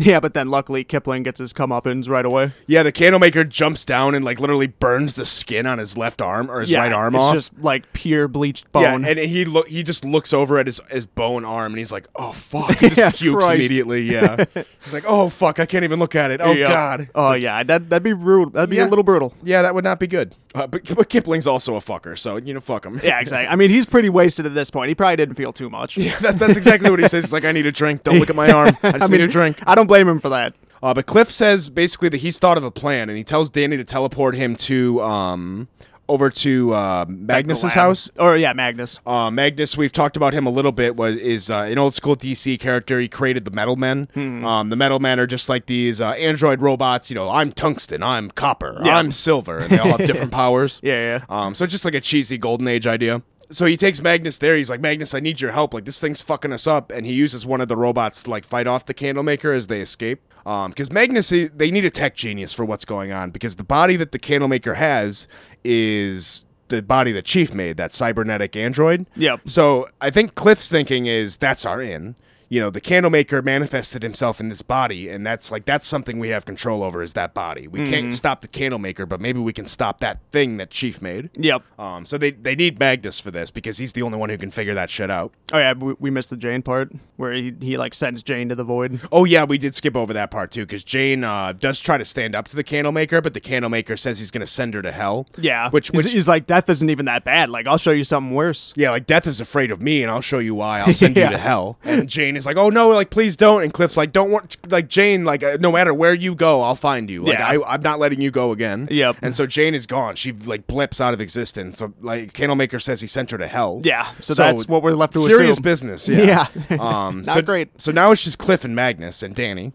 S2: yeah, but then luckily Kipling gets his comeuppance right away.
S1: yeah, the Candlemaker jumps down and like literally burns the skin on his left arm or his
S2: Yeah,
S1: right arm
S2: it's
S1: off.
S2: just like pure bleached
S1: yeah,
S2: bone.
S1: and he look he just looks over at his his bone arm and he's like, "Oh fuck!" He just
S2: Yeah,
S1: pukes
S2: Christ.
S1: immediately. Yeah, he's like, "Oh fuck! I can't even look at it. Oh
S2: Yeah.
S1: god."
S2: Oh yeah, that that'd be rude. That'd be
S1: Yeah.
S2: a little brutal.
S1: Yeah, that would not be good. Uh, but, but Kipling's also a fucker, so you know, fuck him.
S2: Yeah, exactly. I mean, he's pretty wasted at this point. He probably didn't feel too much.
S1: Yeah, that's, that's exactly what he says. He's like, I need a drink. Don't look at my arm. I just need a drink.
S2: I don't blame him for that.
S1: Uh, but Cliff says basically that he's thought of a plan, and he tells Danny to teleport him to um, over to uh, Magnus's house.
S2: or yeah, Magnus.
S1: Uh, Magnus, we've talked about him a little bit. Was is uh, an old school DC character. He created the Metal Men.
S2: Hmm.
S1: Um, the Metal Men are just like these uh, android robots. You know, I'm tungsten, I'm copper,
S2: Yeah.
S1: I'm silver, and they all have different powers.
S2: Yeah, yeah.
S1: Um, so it's just like a cheesy golden age idea. So he takes Magnus there. He's like, Magnus, I need your help. Like this thing's fucking us up. And he uses one of the robots to like fight off the Candlemaker as they escape. Um, because Magnus, i- they need a tech genius for what's going on. Because the body that the Candlemaker has is the body the Chief made, that cybernetic android.
S2: Yep.
S1: So I think Cliff's thinking is that's our in. you know the candlemaker manifested himself in this body and that's like that's something we have control over is that body we can't stop the candlemaker but maybe we can stop that thing that chief made
S2: Yep.
S1: um, so they, they need magnus for this because he's the only one who can figure that shit out
S2: Oh yeah, we, we missed the Jane part where he, he like sends Jane to the void.
S1: oh yeah we did skip over that part too because jane uh, does try to stand up to the candlemaker but the candlemaker says he's going to send her to hell
S2: Yeah,
S1: which,
S2: He's-
S1: which
S2: he's like death isn't even that bad. Like I'll show you something worse.
S1: yeah, like death is afraid of me, and I'll show you why. I'll send you
S2: Yeah.
S1: to hell. And Jane is like, "Oh no, like please don't." And Cliff's like, "Don't want like Jane, like uh, no matter where you go, I'll find you. Like
S2: Yeah.
S1: I, I'm not letting you go again."
S2: Yep.
S1: And so Jane is gone. She like blips out of existence. So like Candlemaker says he sent her to hell.
S2: Yeah, so that's what we're left to
S1: serious
S2: assume.
S1: business. Yeah.
S2: Yeah.
S1: um.
S2: Not
S1: so,
S2: great.
S1: So now it's just Cliff and Magnus and Danny,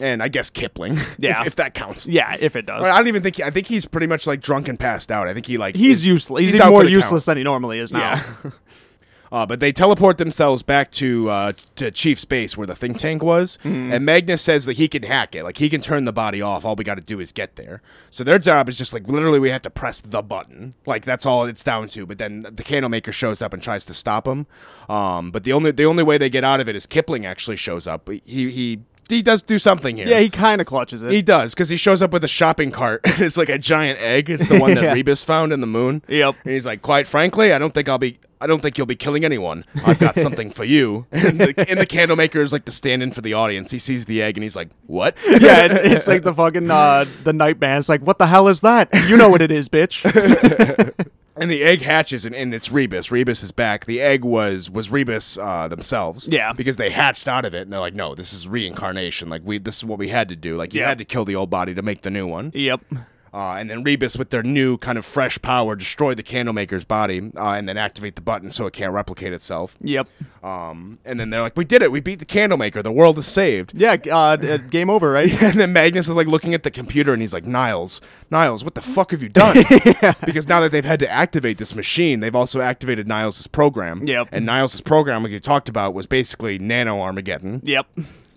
S1: and I guess Kipling. if-
S2: Yeah.
S1: If, that counts.
S2: Yeah, if it does.
S1: I don't even think he, I think he's pretty much like drunk and passed out. I think he like
S2: He's useless. He's,
S1: he's out
S2: even
S1: for
S2: more
S1: the count.
S2: useless than he normally is now.
S1: Yeah. Uh, but they teleport themselves back to uh, to Chief's base where the think tank was,
S2: Mm-hmm.
S1: and Magnus says that he can hack it, like he can turn the body off. All we got to do is get there. So their job is just like literally we have to press the button, like that's all it's down to. But then the Candlemaker shows up and tries to stop him. Um, but the only the only way they get out of it is Kipling actually shows up. He he he does do something here.
S2: Yeah, he kind of clutches it.
S1: He does because he shows up with a shopping cart. it's like a giant egg. It's the one that
S2: Yeah.
S1: Rebus found in the moon.
S2: Yep.
S1: And he's like, quite frankly, I don't think I'll be. I don't think you'll be killing anyone. I've got something for you. And the, and the candlemaker is like the stand-in for the audience. He sees the egg and he's like, what?
S2: yeah, it, it's like the fucking uh, the night man. It's like, what the hell is that? You know what it is, bitch.
S1: And the egg hatches, and, and it's Rebus. Rebus is back. The egg was was Rebus uh, themselves.
S2: Yeah.
S1: because they hatched out of it, and they're like, "No, this is reincarnation. Like we, this is what we had to do. Like you
S2: Yeah.
S1: had to kill the old body to make the new one."
S2: yep.
S1: Uh, and then Rebus, with their new kind of fresh power, destroy the Candlemaker's body uh, and then activate the button so it can't replicate itself.
S2: Yep.
S1: Um, and then they're like, "We did it! We beat the Candlemaker. The world is saved."
S2: Yeah. Uh, d- uh, game over, right?
S1: And then Magnus is like looking at the computer and he's like, "Niles, Niles, what the fuck have you done?" Because now that they've had to activate this machine, they've also activated Niles' program.
S2: Yep.
S1: And Niles' program, like you talked about, was basically Nano Armageddon.
S2: yep.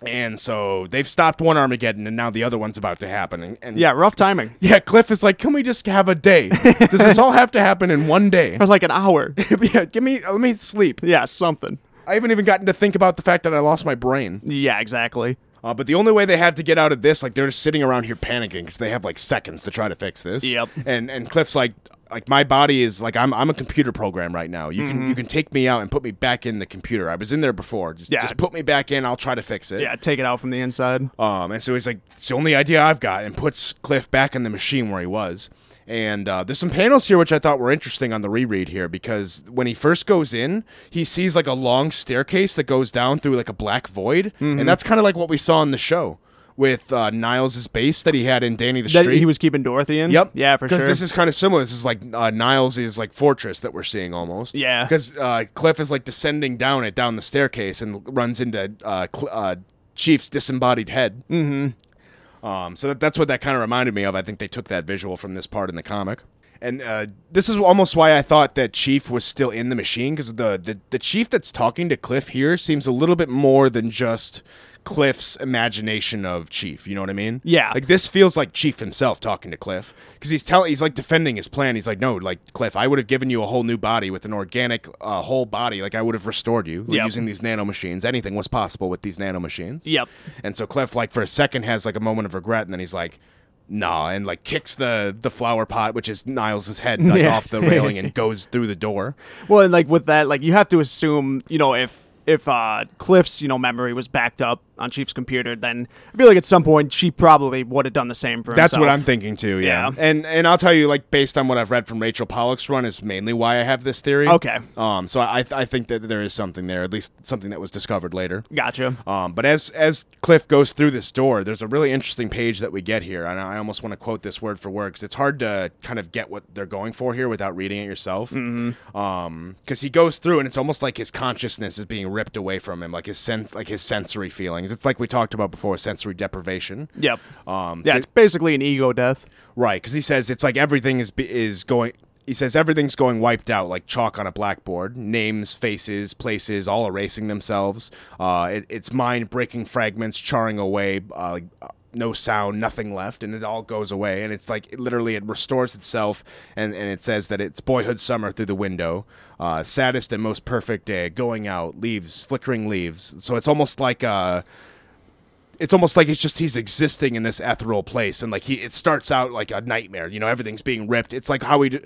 S1: And so they've stopped one Armageddon, and now the other one's about to happen. And, and
S2: Yeah. Rough timing.
S1: yeah, Cliff is like, can we just have a day? Does this all have to happen in one day?
S2: For like an hour.
S1: yeah, give me, let me sleep.
S2: Yeah. Something.
S1: I haven't even gotten to think about the fact that I lost my brain.
S2: Yeah. Exactly.
S1: Uh, but the only way they have to get out of this, like, they're just sitting around here panicking because they have like seconds to try to fix this.
S2: Yep.
S1: And and Cliff's like, like my body is like, I'm I'm a computer program right now. You can you can take me out and put me back in the computer. I was in there before. Just
S2: Yeah.
S1: just put me back in. I'll try to fix it.
S2: Yeah. Take it out from the inside.
S1: Um, and so he's like, it's the only idea I've got, and puts Cliff back in the machine where he was. And uh, there's some panels here which I thought were interesting on the reread here because when he first goes in, he sees like a long staircase that goes down through like a black void,
S2: Mm-hmm.
S1: and that's kind of like what we saw in the show with uh, Niles' base that he had in Danny the
S2: That
S1: Street.
S2: he was keeping Dorothy in.
S1: Yep.
S2: Yeah. For sure.
S1: Because this is kind of similar. This is like uh, Niles is like fortress that we're seeing almost.
S2: Yeah.
S1: Because uh, Cliff is like descending down it down the staircase and runs into uh, Cl- uh, Chief's disembodied head. Mm-hmm. Um, so that, that's what that kind of reminded me of. I think they took that visual from this part in the comic. And uh, this is almost why I thought that Chief was still in the machine because the, the the Chief that's talking to Cliff here seems a little bit more than just Cliff's imagination of Chief. You know what I mean?
S2: Yeah.
S1: Like this feels like Chief himself talking to Cliff because he's telling he's like defending his plan. He's like, no, like Cliff, I would have given you a whole new body with an organic uh, whole body. Like I would have restored you We're
S2: Yep.
S1: using these nano machines. Anything was possible with these nano machines.
S2: Yep.
S1: And so Cliff, like for a second, has like a moment of regret, and then he's like, nah, and like kicks the the flower pot, which is Niles' head, like,
S2: Yeah.
S1: off the railing and goes through the door.
S2: Well, and like with that, like you have to assume, you know, if if uh, Cliff's you know memory was backed up on Chief's computer, then I feel like at some point she probably would have done the same for
S1: That's
S2: himself.
S1: what I'm thinking too. Yeah.
S2: Yeah.
S1: And and I'll tell you, like based on what I've read from Rachel Pollock's run, is mainly why I have this theory.
S2: Okay.
S1: Um. So I I think that there is something there, at least something that was discovered later.
S2: Gotcha.
S1: Um, but as as Cliff goes through this door, there's a really interesting page that we get here, and I almost want to quote this word for word because it's hard to kind of get what they're going for here without reading it yourself. Mm-hmm. Um, because he goes through, and it's almost like his consciousness is being ripped away from him, like his sense, like his sensory feelings. It's like we talked about before, sensory deprivation.
S2: Yep.
S1: Um,
S2: yeah, it's basically an ego death.
S1: Right, because he says it's like everything is is going. He says everything's going wiped out like chalk on a blackboard. Names, faces, places, all erasing themselves. Uh, it, it's mind breaking fragments charring away. Uh, like, no sound, nothing left, and it all goes away. And it's like it literally it restores itself, and, and it says that it's boyhood summer through the window, uh, saddest and most perfect day, going out, leaves, flickering leaves. So it's almost like uh, it's almost like it's just he's existing in this ethereal place, and like he it starts out like a nightmare. You know, everything's being ripped. It's like how we. Do,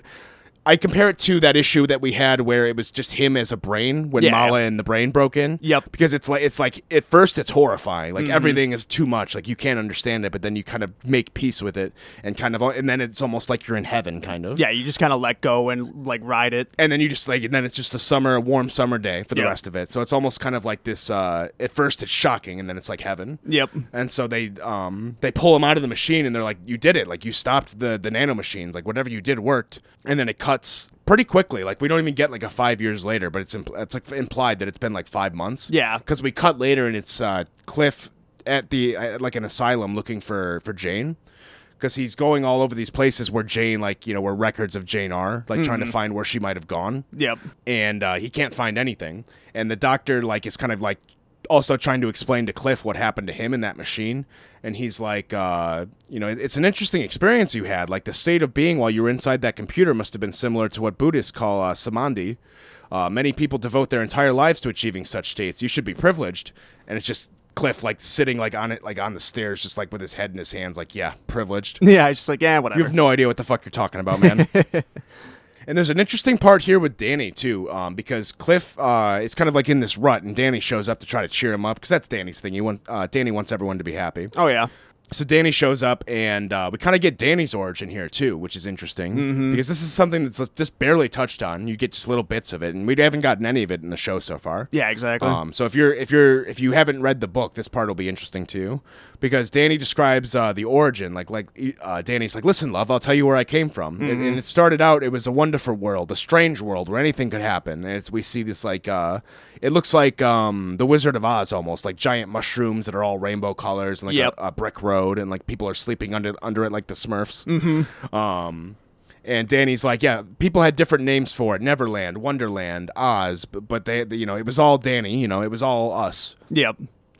S1: I compare it to that issue that we had where it was just him as a brain when
S2: Yeah.
S1: Mala and the brain broke in.
S2: Yep. Mm-hmm.
S1: Because it's like it's like at first it's horrifying. Like everything is too much. Like you can't understand it, but then you kind of make peace with it and kind of and then it's almost like you're in heaven kind of.
S2: Yeah, you just kind of let go and like ride it.
S1: And then you just like and then it's just a summer a warm summer day for the
S2: Yeah.
S1: rest of it. So it's almost kind of like this uh at first it's shocking and then it's like heaven.
S2: Yep.
S1: And so they um they pull him out of the machine and they're like, You did it, like you stopped the the nano machines, like whatever you did worked. And then it cuts pretty quickly. Like we don't even get like a five years later, but it's impl- it's like implied that it's been like five months.
S2: Yeah.
S1: Because we cut later and it's uh Cliff at the at like an asylum looking for for Jane. Because he's going all over these places where Jane, like, you know, where records of Jane are, like trying to find where she might have gone
S2: Yep.
S1: and uh, he can't find anything. And the doctor like is kind of like also trying to explain to Cliff what happened to him in that machine. And he's like, uh, you know, it's an interesting experience you had. Like the state of being while you were inside that computer must have been similar to what Buddhists call uh, samadhi. Uh, many people devote their entire lives to achieving such states. You should be privileged. And it's just Cliff like sitting like on it like on the stairs, just like with his head in his hands, like yeah, privileged.
S2: Yeah, it's just like yeah, whatever.
S1: You have no idea what the fuck you're talking about, man. and there's an interesting part here with Danny too, um, because Cliff uh, is kind of like in this rut, and Danny shows up to try to cheer him up because that's Danny's thing. He want uh, Danny wants everyone to be happy.
S2: oh yeah.
S1: So Danny shows up, and uh, we kind of get Danny's origin here too, which is interesting because this is something that's just barely touched on. You get just little bits of it, and we haven't gotten any of it in the show so far.
S2: Yeah, exactly.
S1: Um, so if you're if you're if you haven't read the book, this part will be interesting too, because Danny describes uh, the origin. Like like uh, Danny's like, listen, love, I'll tell you where I came from. And, and it started out. It was a wonderful world, a strange world where anything could happen. And it's, we see this like uh, it looks like um, the Wizard of Oz almost, like giant mushrooms that are all rainbow colors and like
S2: Yep.
S1: a, a brick road, and like people are sleeping under under it like the Smurfs. Um, and Danny's like, yeah, people had different names for it: Neverland, Wonderland, Oz. But, but they, you know, it was all Danny. You know, it was all us.
S2: yep.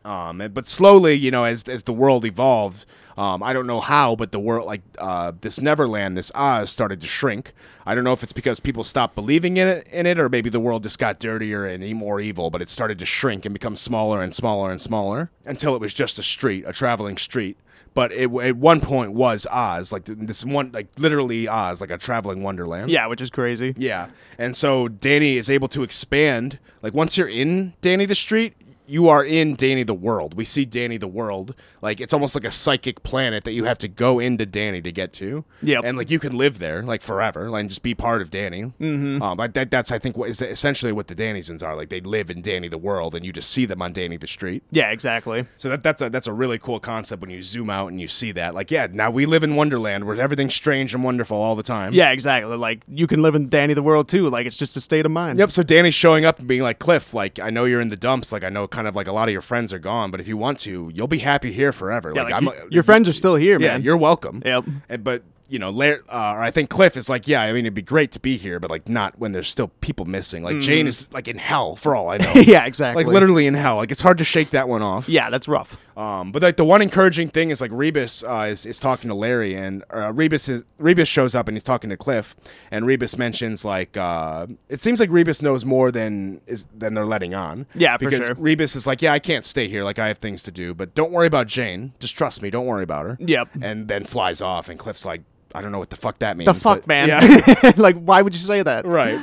S1: Um, and- but slowly, you know, as as the world evolved, um, I don't know how, but the world, like uh, this Neverland, this Oz, started to shrink. I don't know if it's because people stopped believing in it, in it, or maybe the world just got dirtier and e- more evil. But it started to shrink and become smaller and smaller and smaller until it was just a street, a traveling street. But it w- at one point was Oz, like th- this one, like literally Oz, like a traveling wonderland.
S2: Yeah, which is crazy.
S1: Yeah. And so Danny is able to expand. Like once you're in Danny the Street, you are in Danny the World. We see Danny the World. Like it's almost like a psychic planet that you have to go into Danny to get to.
S2: Yep.
S1: And like you can live there like forever like, and just be part of Danny. Mm-hmm. Um, but that, that's I think what is essentially what the Dannysons are. Like they live in Danny the World, and you just see them on Danny the Street.
S2: Yeah, exactly.
S1: So that, that's a that's a really cool concept when you zoom out and you see that. Like yeah, now we live in Wonderland where everything's strange and wonderful all the time.
S2: Yeah, exactly. Like you can live in Danny the world too. Like it's just a state of mind.
S1: Yep. So Danny's showing up and being like, Cliff, like I know you're in the dumps. Like I know kind of like a lot of your friends are gone, but if you want to, you'll be happy here forever.
S2: Yeah, like,
S1: I'm,
S2: y- your friends are still here,
S1: yeah,
S2: man.
S1: you're welcome.
S2: Yep.
S1: And, but you know, Lair, uh, or I think Cliff is like, yeah, I mean, it'd be great to be here, but like not when there's still people missing. Like Jane is like in hell for all I know.
S2: yeah, Mm-hmm. exactly.
S1: Like literally in hell. Like it's hard to shake that one off.
S2: Yeah, that's rough.
S1: Um, but like the one encouraging thing is like Rebus uh, is, is talking to Larry and uh, Rebus is Rebus shows up and he's talking to Cliff and Rebus mentions like uh, it seems like Rebus knows more than is than they're letting on.
S2: Yeah, for
S1: because
S2: sure.
S1: Rebus is like, yeah, I can't stay here. Like I have things to do, but don't worry about Jane. Just trust me. Don't worry about her.
S2: Yep.
S1: And then flies off and Cliff's like, I don't know what the fuck that means.
S2: The fuck,
S1: but-
S2: man.
S1: Yeah.
S2: like, why would you say that?
S1: Right.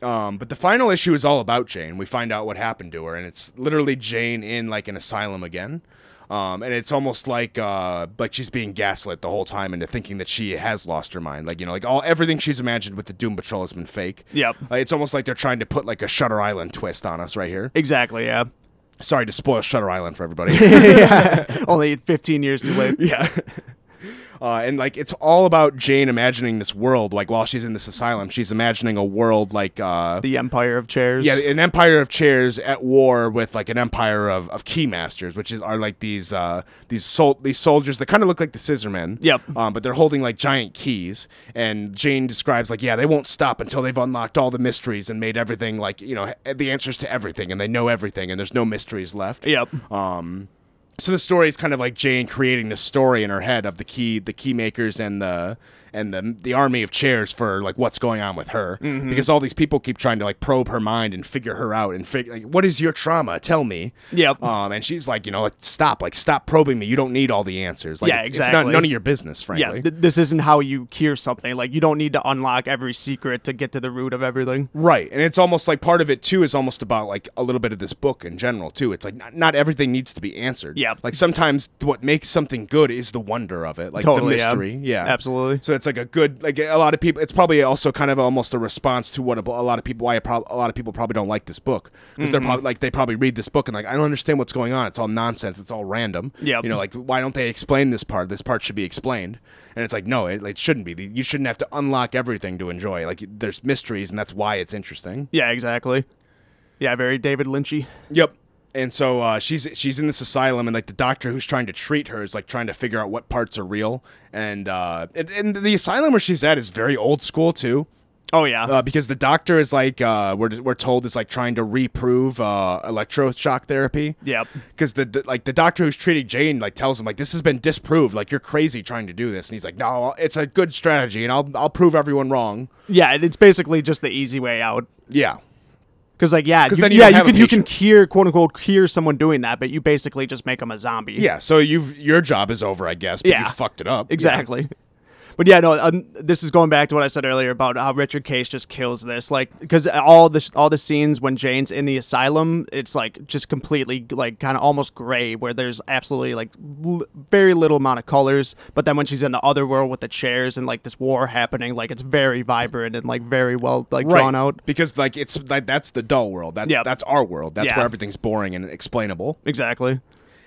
S1: Um, but the final issue is all about Jane. We find out what happened to her, and it's literally Jane in like an asylum again. Um, and it's almost like uh, like she's being gaslit the whole time into thinking that she has lost her mind. Like you know, like all everything she's imagined with the Doom Patrol has been fake.
S2: Yep.
S1: Uh, it's almost like they're trying to put like a Shutter Island twist on us right here.
S2: Exactly. Yeah.
S1: Sorry to spoil Shutter Island for everybody.
S2: Only 15 years too late.
S1: yeah. Uh, and like it's all about Jane imagining this world. Like while she's in this asylum, she's imagining a world like uh,
S2: the Empire of Chairs.
S1: Yeah, an empire of chairs at war with like an empire of, of keymasters, which is are like these uh these sol- these soldiers that kind of look like the scissormen.
S2: Yep.
S1: Um, but they're holding like giant keys, and Jane describes like, yeah, they won't stop until they've unlocked all the mysteries and made everything like you know h- the answers to everything, and they know everything, and there's no mysteries left.
S2: Yep.
S1: so the story is kind of like Jane creating the story in her head of the key the key makers and the and the the army of chairs for like what's going on with her
S2: Mm-hmm.
S1: because all these people keep trying to like probe her mind and figure her out and figure like what is your trauma tell me
S2: Yep.
S1: um and she's like you know like stop like stop probing me you don't need all the answers like
S2: Yeah,
S1: it's, it's not
S2: exactly.
S1: none of your business frankly
S2: Yeah, th- this isn't how you cure something. Like you don't need to unlock every secret to get to the root of everything.
S1: Right. And it's almost like part of it too is almost about like a little bit of this book in general too. It's like not, not everything needs to be answered.
S2: Yep.
S1: Like sometimes what makes something good is the wonder of it, like
S2: Totally,
S1: the
S2: yeah.
S1: mystery. Yeah.
S2: Absolutely.
S1: So it's like a good like a lot of people it's probably also kind of almost a response to what a, a lot of people why a, prob- a lot of people probably don't like this book because they're probably like they probably read this book and like I don't understand what's going on. It's all nonsense. It's all random.
S2: Yep.
S1: You know like why don't they explain this part? This part should be explained. And it's like no, it, it shouldn't be. You shouldn't have to unlock everything to enjoy. Like there's mysteries and that's why it's interesting.
S2: Yeah, exactly. Yeah, very David Lynchy.
S1: Yep. And so uh, she's she's in this asylum, and like the doctor who's trying to treat her is like trying to figure out what parts are real, and uh, and, and the asylum where she's at is very old school too,
S2: Oh yeah.
S1: uh, because the doctor is like uh, we're we're told is like trying to reprove uh, electroshock therapy.
S2: Yep.
S1: Because the, the like the doctor who's treating Jane like tells him like this has been disproved, like you're crazy trying to do this, and he's like, no, it's a good strategy, and I'll I'll prove everyone wrong.
S2: yeah, and it's basically just the easy way out.
S1: Yeah.
S2: Because like yeah, you,
S1: then you
S2: yeah,
S1: don't
S2: you
S1: have a
S2: can you can
S1: patient.
S2: cure quote unquote cure someone doing that, but you basically just make them a zombie.
S1: Yeah, so you've your job is over, I guess. But
S2: Yeah.
S1: you fucked it up. Yeah.
S2: exactly. But yeah, no. Um, this is going back to what I said earlier about how Richard Case just kills this, like because all the all the scenes when Jane's in the asylum, it's like just completely like kind of almost gray, where there's absolutely like l- very little amount of colors. But then when she's in the other world with the chairs and like this war happening, like it's very vibrant and like very well like drawn out.
S1: because like it's like that's the dull world. That's
S2: Yep.
S1: that's our world. That's
S2: Yeah.
S1: where everything's boring and explainable.
S2: Exactly.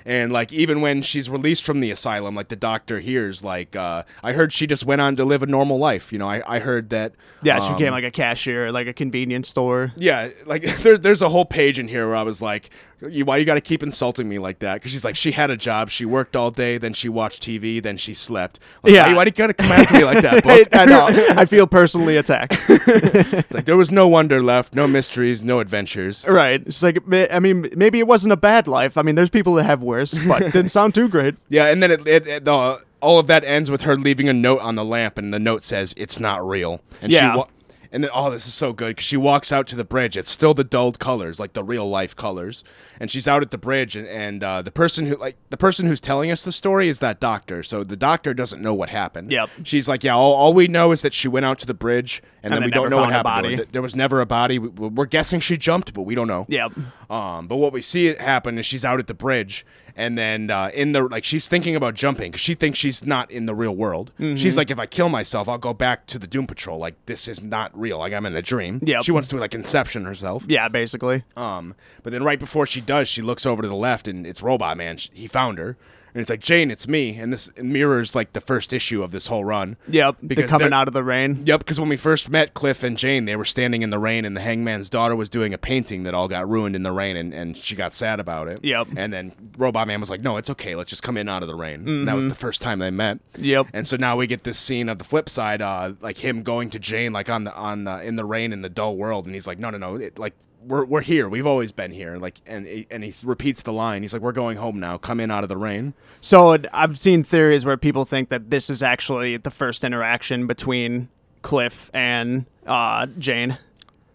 S1: And like even when she's released from the asylum, like the doctor hears like uh, I heard she just went on to live a normal life. You know, I, I heard that.
S2: Yeah,
S1: um,
S2: she became like a cashier, at, like a convenience store.
S1: Yeah, like there, there's a whole page in here where I was like, you, "Why you got to keep insulting me like that?" Because she's like, she had a job, she worked all day, then she watched TV, then she slept. Like,
S2: Yeah.
S1: why, why do you got to come after me like that?
S2: I,
S1: Book?
S2: I know. I feel personally attacked.
S1: It's like there was no wonder left, no mysteries, no adventures.
S2: Right. It's like, ma- I mean, maybe it wasn't a bad life. I mean, there's people that have worse, but didn't sound too great.
S1: Yeah, and then it, it, it the, all of that ends with her leaving a note on the lamp, and the note says, "It's not real." And
S2: Yeah.
S1: She wa- and then, oh, this is so good because she walks out to the bridge. It's still the dulled colors, like the real life colors. And she's out at the bridge, and, and uh, the person who, like, the person who's telling us the story is that doctor. So the doctor doesn't know what happened.
S2: Yep.
S1: She's like, yeah, all, all we know is that she went out to the bridge, and,
S2: And
S1: then
S2: they
S1: we don't
S2: never
S1: know what
S2: found a
S1: happened. to her.
S2: body.
S1: Th- There was never a body. We, we're guessing she jumped, but we don't know.
S2: Yep.
S1: Um, but what we see it happen is she's out at the bridge, and then uh, in the like she's thinking about jumping because she thinks she's not in the real world.
S2: Mm-hmm.
S1: She's like, if I kill myself, I'll go back to the Doom Patrol. Like this is not real. Like I'm in a dream.
S2: Yep.
S1: She wants to like Inception herself.
S2: Yeah, basically.
S1: Um, but then right before she does, she looks over to the left, and it's Robot Man. Sh he found her, and it's like Jane, it's me, and this mirrors like the first issue of this whole run.
S2: Yep. They're
S1: because
S2: coming
S1: they're-
S2: out of the rain.
S1: Yep, because when we first met Cliff and Jane, they were standing in the rain, and the hangman's daughter was doing a painting that all got ruined in the rain, and, and she got sad about it.
S2: Yep.
S1: And then Robot Man was like, no, it's okay. Let's just come in out of the rain. And that was the first time they met.
S2: Mm-hmm. Yep.
S1: And so now we get this scene of the flip side, uh, like him going to Jane, like on the on the, in the rain in the dull world, and he's like, no, no, no, it, like we're, we're here. We've always been here. Like, and he- and he repeats the line. He's like, we're going home now. Come in out of the rain.
S2: So it- I've seen theories where people think that this is actually the first interaction between Cliff and uh, Jane.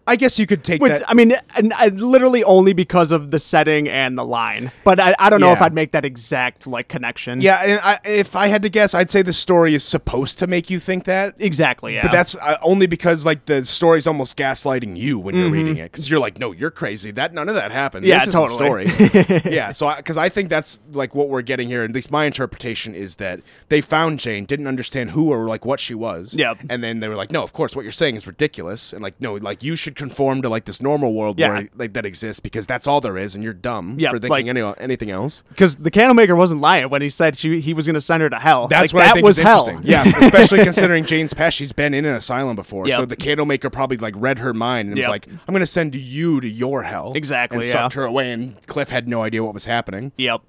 S1: I guess you could take
S2: Which,
S1: that.
S2: I mean, and I, literally only because of the setting and the line. But I, I don't know if
S1: Yeah.
S2: I'd make that exact like connection.
S1: Yeah, and I, if I had to guess, I'd say the story is supposed to make you think that.
S2: Exactly. Yeah.
S1: But that's uh, only because like the story's almost gaslighting you when you're reading it because you're like, no, you're crazy. That none of that happened.
S2: Mm-hmm. Yeah,
S1: this isn't
S2: totally.
S1: Story. yeah. So because I, think that's like what we're getting here. At least my interpretation is that they found Jane, didn't understand who or like what she was.
S2: Yep.
S1: And then they were like, no, of course, what you're saying is ridiculous, and like, no, like you should conform to like this normal world
S2: Yeah.
S1: where like that exists because that's all there is, and you're dumb
S2: Yep,
S1: for thinking
S2: like-
S1: any, anything else.
S2: because the candlemaker wasn't lying when he said she, he was going to send her to hell.
S1: That's
S2: like,
S1: what
S2: that
S1: I think
S2: was
S1: is
S2: hell.
S1: interesting. Yeah, especially considering Jane's past, she's been in an asylum before, so
S2: Yep.
S1: the candlemaker probably like read her mind and was
S2: Yep.
S1: like, "I'm going to send you to your hell."
S2: Exactly,
S1: and
S2: yeah.
S1: sucked her away. And Cliff had no idea what was happening.
S2: Yep.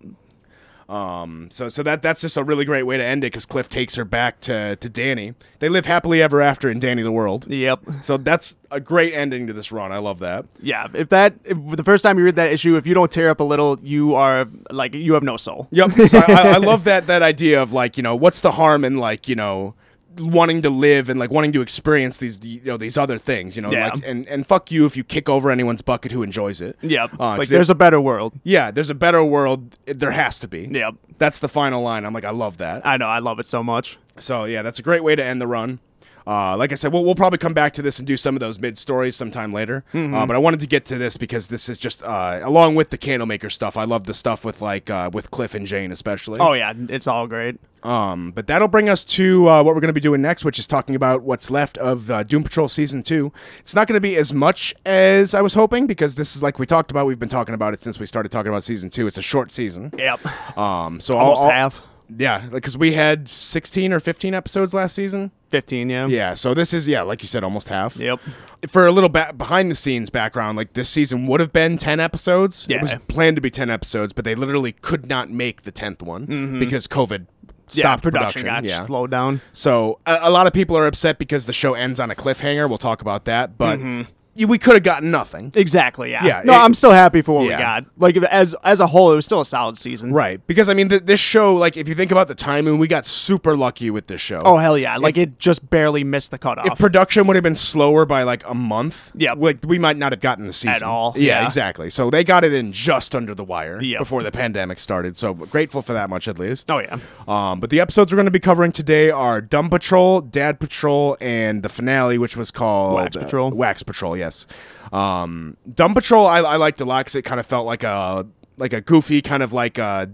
S1: Um, so so that that's just a really great way to end it because Cliff takes her back to to Danny. They live happily ever after in Danny the World.
S2: Yep.
S1: So that's a great ending to this run. I love that.
S2: Yeah. If that if the first time you read that issue, if you don't tear up a little, you are like you have no soul.
S1: Yep. So I, I love that that idea of like you know what's the harm in like you know wanting to live and like wanting to experience these you know these other things you know
S2: Yeah.
S1: like and and fuck you if you kick over anyone's bucket who enjoys it
S2: Yep.
S1: Uh,
S2: like
S1: 'cause
S2: there's a better world.
S1: Yeah, there's a better world. There has to be.
S2: Yep.
S1: That's the final line. I'm like, I love that.
S2: I know. I love it so much.
S1: So yeah, that's a great way to end the run. Uh, like I said, we'll, we'll probably come back to this and do some of those mid stories sometime later.
S2: Mm-hmm.
S1: Uh, but I wanted to get to this because this is just uh, along with the Candlemaker stuff. I love the stuff with like uh, with Cliff and Jane especially.
S2: Oh yeah, it's all great.
S1: Um, but that'll bring us to uh, what we're going to be doing next, which is talking about what's left of uh, Doom Patrol Season 2. It's not going to be as much as I was hoping because this is like we talked about. We've been talking about it since we started talking about Season 2. It's a short season.
S2: Yep.
S1: Um, so
S2: Almost
S1: I'll, I'll-
S2: half.
S1: Yeah, because we had 16 or 15 episodes last season.
S2: Fifteen. Yeah.
S1: Yeah, so this is yeah, like you said, almost half.
S2: Yep.
S1: For a little ba- behind the scenes background, like this season would have been 10 episodes. It
S2: Yeah.
S1: was planned to be 10 episodes, but they literally could not make the 10th one because COVID stopped
S2: Mm-hmm. yeah,
S1: production.
S2: production, got
S1: yeah.
S2: slowed down.
S1: So a, a lot of people are upset because the show ends on a cliffhanger. We'll talk about that, but
S2: Mm-hmm.
S1: y- we could have gotten nothing.
S2: Exactly. Yeah.
S1: Yeah,
S2: no,
S1: it-
S2: I'm still happy for what
S1: Yeah.
S2: we got. Like if- as as a whole, it was still a solid season.
S1: Right, because I mean, th- this show, like, if you think about the timing, we got super lucky with this show.
S2: Oh hell yeah! Like it just barely missed the cutoff.
S1: if production would have been slower by like a month,
S2: Yeah.
S1: like we might not have gotten the season
S2: all,
S1: Yeah,
S2: yeah.
S1: exactly. So they got it in just under the wire
S2: Yep.
S1: before the pandemic started. So grateful for that much at least.
S2: oh yeah.
S1: Um, but the episodes we're going to be covering today are Dumb Patrol, Dad Patrol, and the finale, which was called
S2: Wax
S1: uh,
S2: Patrol.
S1: Wax Patrol, yes. Um, Dumb Patrol, I, I liked a lot 'cause it kind of felt like a like a goofy kind of like a.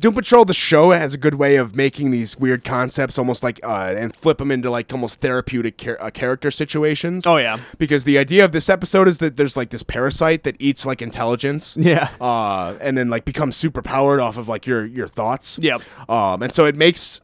S1: Doom Patrol, the show has a good way of making these weird concepts almost like uh, and flip them into like almost therapeutic char- uh, character situations.
S2: Oh, yeah.
S1: because the idea of this episode is that there's like this parasite that eats like intelligence,
S2: Yeah.
S1: uh, and then like becomes super powered off of like your your thoughts.
S2: Yep.
S1: Um, and so it makes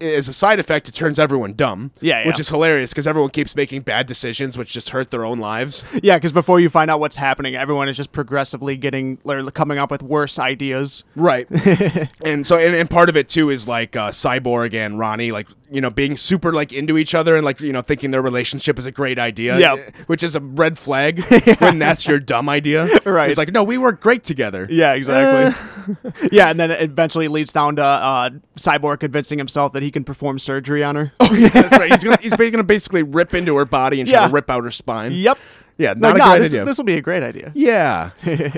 S1: as a side effect, it turns everyone dumb.
S2: Yeah, yeah.
S1: Which is hilarious because everyone keeps making bad decisions, which just hurt their own lives.
S2: Yeah, because before you find out what's happening, everyone is just progressively getting or coming up with worse ideas.
S1: Right. and so, and, and part of it too is like uh, Cyborg and Ronnie, like, you know, being super like into each other and like, you know, thinking their relationship is a great idea. Eh,
S2: Yep.
S1: Which is a red flag when that's your dumb idea.
S2: Right.
S1: It's like, no, we work great together.
S2: Yeah, exactly. yeah, and then it eventually leads down to uh, Cyborg convincing himself that he can perform surgery on her.
S1: Oh, yeah, that's right. He's going to he's going to basically rip into her body and try
S2: Yeah.
S1: to rip out her spine.
S2: Yep.
S1: Yeah,
S2: Like,
S1: not a
S2: nah,
S1: great
S2: this,
S1: idea.
S2: This will be a great idea.
S1: Yeah,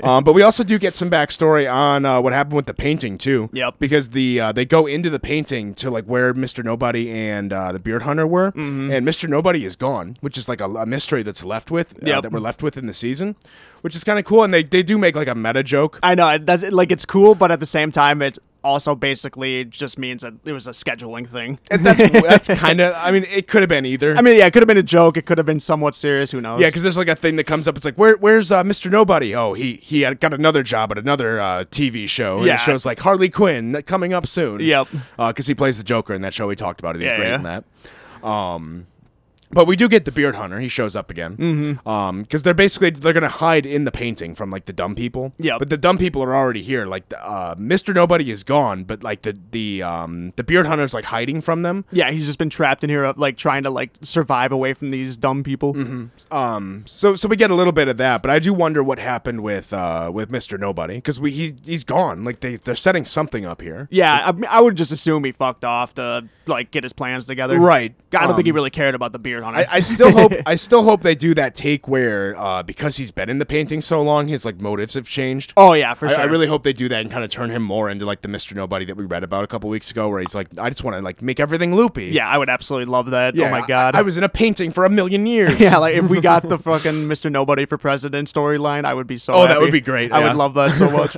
S1: um, but we also do get some backstory on uh, what happened with the painting too.
S2: Yep.
S1: Because the uh, they go into the painting to like where Mister Nobody and uh, the Beard Hunter were, and Mister Nobody is gone, which is like a, a mystery that's left with uh,
S2: Yep.
S1: that we're left with in the season, which is kind of cool. And they they do make like a meta joke.
S2: I know that's like it's cool, but at the same time, it also basically just means that it was a scheduling thing.
S1: And that's that's kind of I mean it could have been either.
S2: I mean, yeah, it could have been a joke. It could have been somewhat serious. Who knows?
S1: Yeah, because there's like a thing that comes up. It's like, where, where's uh, Mr. Nobody? Oh, he he had got another job at another uh, TV show. And
S2: Yeah.
S1: it shows like Harley Quinn that coming up soon.
S2: Yep.
S1: Because he plays the Joker in that show we talked about. it. He's
S2: Yeah,
S1: great
S2: yeah.
S1: in that. Um, but we do get the Beard Hunter. He shows up again. Mm-hmm. Um, because they're basically they're gonna hide in the painting from like the dumb people.
S2: Yep.
S1: But the dumb people are already here. Like the, uh, Mr. Nobody is gone, but like the the um the Beard Hunter's like hiding from them.
S2: yeah, he's just been trapped in here, uh, like trying to like survive away from these dumb people.
S1: Mm-hmm. Um, so so we get a little bit of that, but I do wonder what happened with uh with Mister Nobody because we he he's gone. Like they they're setting something up here,
S2: Yeah, I, mean, I would just assume he fucked off to like get his plans together.
S1: right?
S2: I don't
S1: Um,
S2: think he really cared about the beard hunter.
S1: I, I still hope I still hope they do that take where uh because he's been in the painting so long, his like motives have changed.
S2: oh yeah, for
S1: I,
S2: sure.
S1: I really hope they do that and kind of turn him more into like the Mister Nobody that we read about a couple weeks ago, where he's like, I just want to like make everything loopy.
S2: yeah, I would absolutely love that.
S1: Yeah,
S2: oh my god.
S1: I, I was in a painting for a million years.
S2: yeah, like if we got the fucking Mr. Nobody for President storyline, I would be so.
S1: Oh, that
S2: happy.
S1: would be great,
S2: I
S1: yeah.
S2: would love that so much.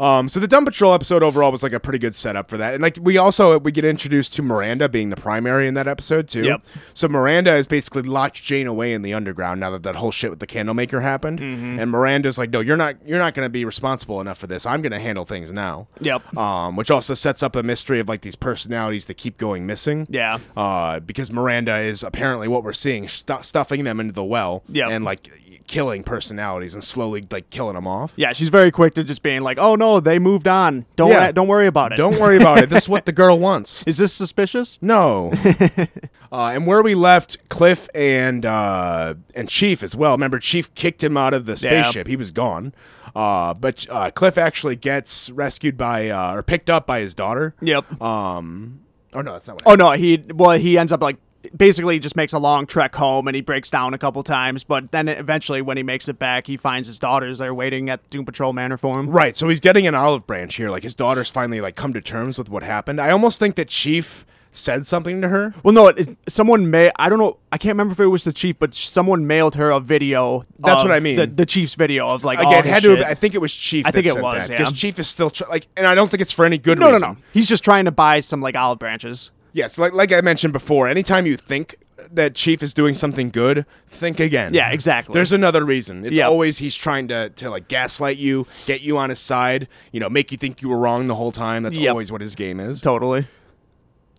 S1: Um, so the Dumb Patrol episode overall was like a pretty good setup for that, and like we also we get introduced to Miranda being the primary in that episode too.
S2: Yep.
S1: So Miranda has basically locked Jane away in the underground now that that whole shit with the Candlemaker happened,
S2: Mm-hmm.
S1: and Miranda's like, no, you're not, you're not going to be responsible enough for this. I'm going to handle things now.
S2: Yep.
S1: Um, which also sets up a mystery of like these personalities that keep going missing.
S2: Yeah.
S1: Uh, because Miranda is apparently what we're seeing stu- stuffing them into the well.
S2: Yep.
S1: And like killing personalities and slowly like killing them off.
S2: Yeah, she's very quick to just being like, "Oh no, they moved on. Don't
S1: Yeah.
S2: don't worry about it."
S1: Don't worry about it. This is what the girl wants.
S2: Is this suspicious?
S1: No. uh, and where we left Cliff and uh, and Chief as well. Remember, Chief kicked him out of the
S2: Yeah.
S1: spaceship. He was gone. Uh, but uh, Cliff actually gets rescued by uh, or picked up by his daughter.
S2: Yep.
S1: Um. Oh no, that's not what.
S2: oh no, he well he ends up like basically just makes a long trek home and he breaks down a couple times, but then eventually when he makes it back, he finds his daughters there waiting at Doom Patrol Manor for him.
S1: Right, so he's getting an olive branch here. Like his daughter's finally like come to terms with what happened. I almost think that Chief said something to her.
S2: Well, no, it, someone may. I don't know. I can't remember if it was the chief, but someone mailed her a video.
S1: That's
S2: of
S1: what I mean.
S2: The, the chief's video of like all
S1: Again,
S2: his
S1: had to.
S2: Oh, shit.
S1: Have, I think it was Chief.
S2: I think
S1: that
S2: it
S1: said
S2: was,
S1: because
S2: yeah.
S1: Chief is still tr- like, and I don't think it's for any good
S2: no, no,
S1: reason.
S2: no. He's just trying to buy some like olive branches.
S1: Yes, like like I mentioned before, anytime you think that Chief is doing something good, think again.
S2: Yeah, exactly.
S1: There's another reason. It's
S2: Yep.
S1: always he's trying to to like gaslight you, get you on his side, you know, make you think you were wrong the whole time. That's
S2: Yep.
S1: always what his game is.
S2: Totally.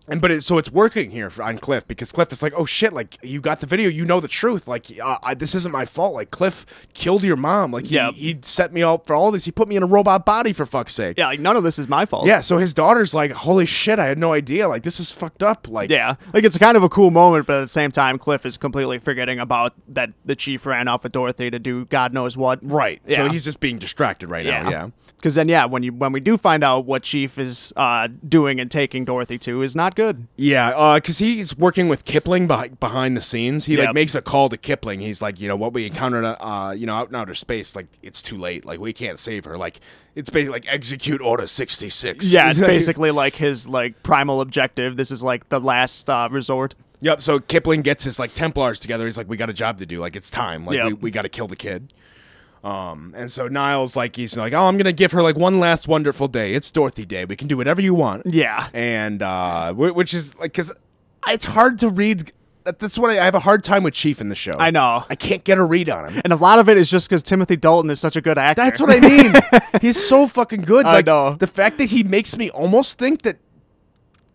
S1: And but it, so it's working here for, on Cliff because Cliff is like, oh shit, like you got the video, you know the truth, like uh, I, this isn't my fault. Like Cliff killed your mom, like he,
S2: Yeah.
S1: he set me up for all this. He put me in a robot body for fuck's sake.
S2: Yeah, like none of this is my fault.
S1: Yeah, so his daughter's like, holy shit, I had no idea. Like this is fucked up. Like
S2: Yeah, like it's kind of a cool moment, but at the same time, Cliff is completely forgetting about that the chief ran off with Dorothy to do God knows what.
S1: Right. So
S2: Yeah.
S1: he's just being distracted right now. Yeah.
S2: Because then, yeah, when you when we do find out what Chief is uh, doing and taking Dorothy to is not good.
S1: Yeah. Because he's working with Kipling beh- behind the scenes. He like
S2: Yep.
S1: makes a call to Kipling. He's like, you know, what we encountered, uh, uh, you know, out in outer space, like it's too late. Like we can't save her. Like it's basically like execute order sixty six.
S2: Yeah, it's basically like his like primal objective. This is like the last uh, resort.
S1: Yep. So Kipling gets his like Templars together. He's like, we got a job to do. Like it's time. Like
S2: Yep.
S1: we, we got to kill the kid. Um, and so Niles like he's like, oh, I'm gonna give her like one last wonderful day. It's Dorothy Day. We can do whatever you want.
S2: Yeah.
S1: and uh, wh- which is like because it's hard to read. that- That's what I, I have a hard time with Chief in the show.
S2: I know.
S1: I can't get a read on him.
S2: And a lot of it is just because Timothy Dalton is such a good actor.
S1: That's what I mean. He's so fucking good.
S2: I
S1: Like
S2: know.
S1: the fact that he makes me almost think that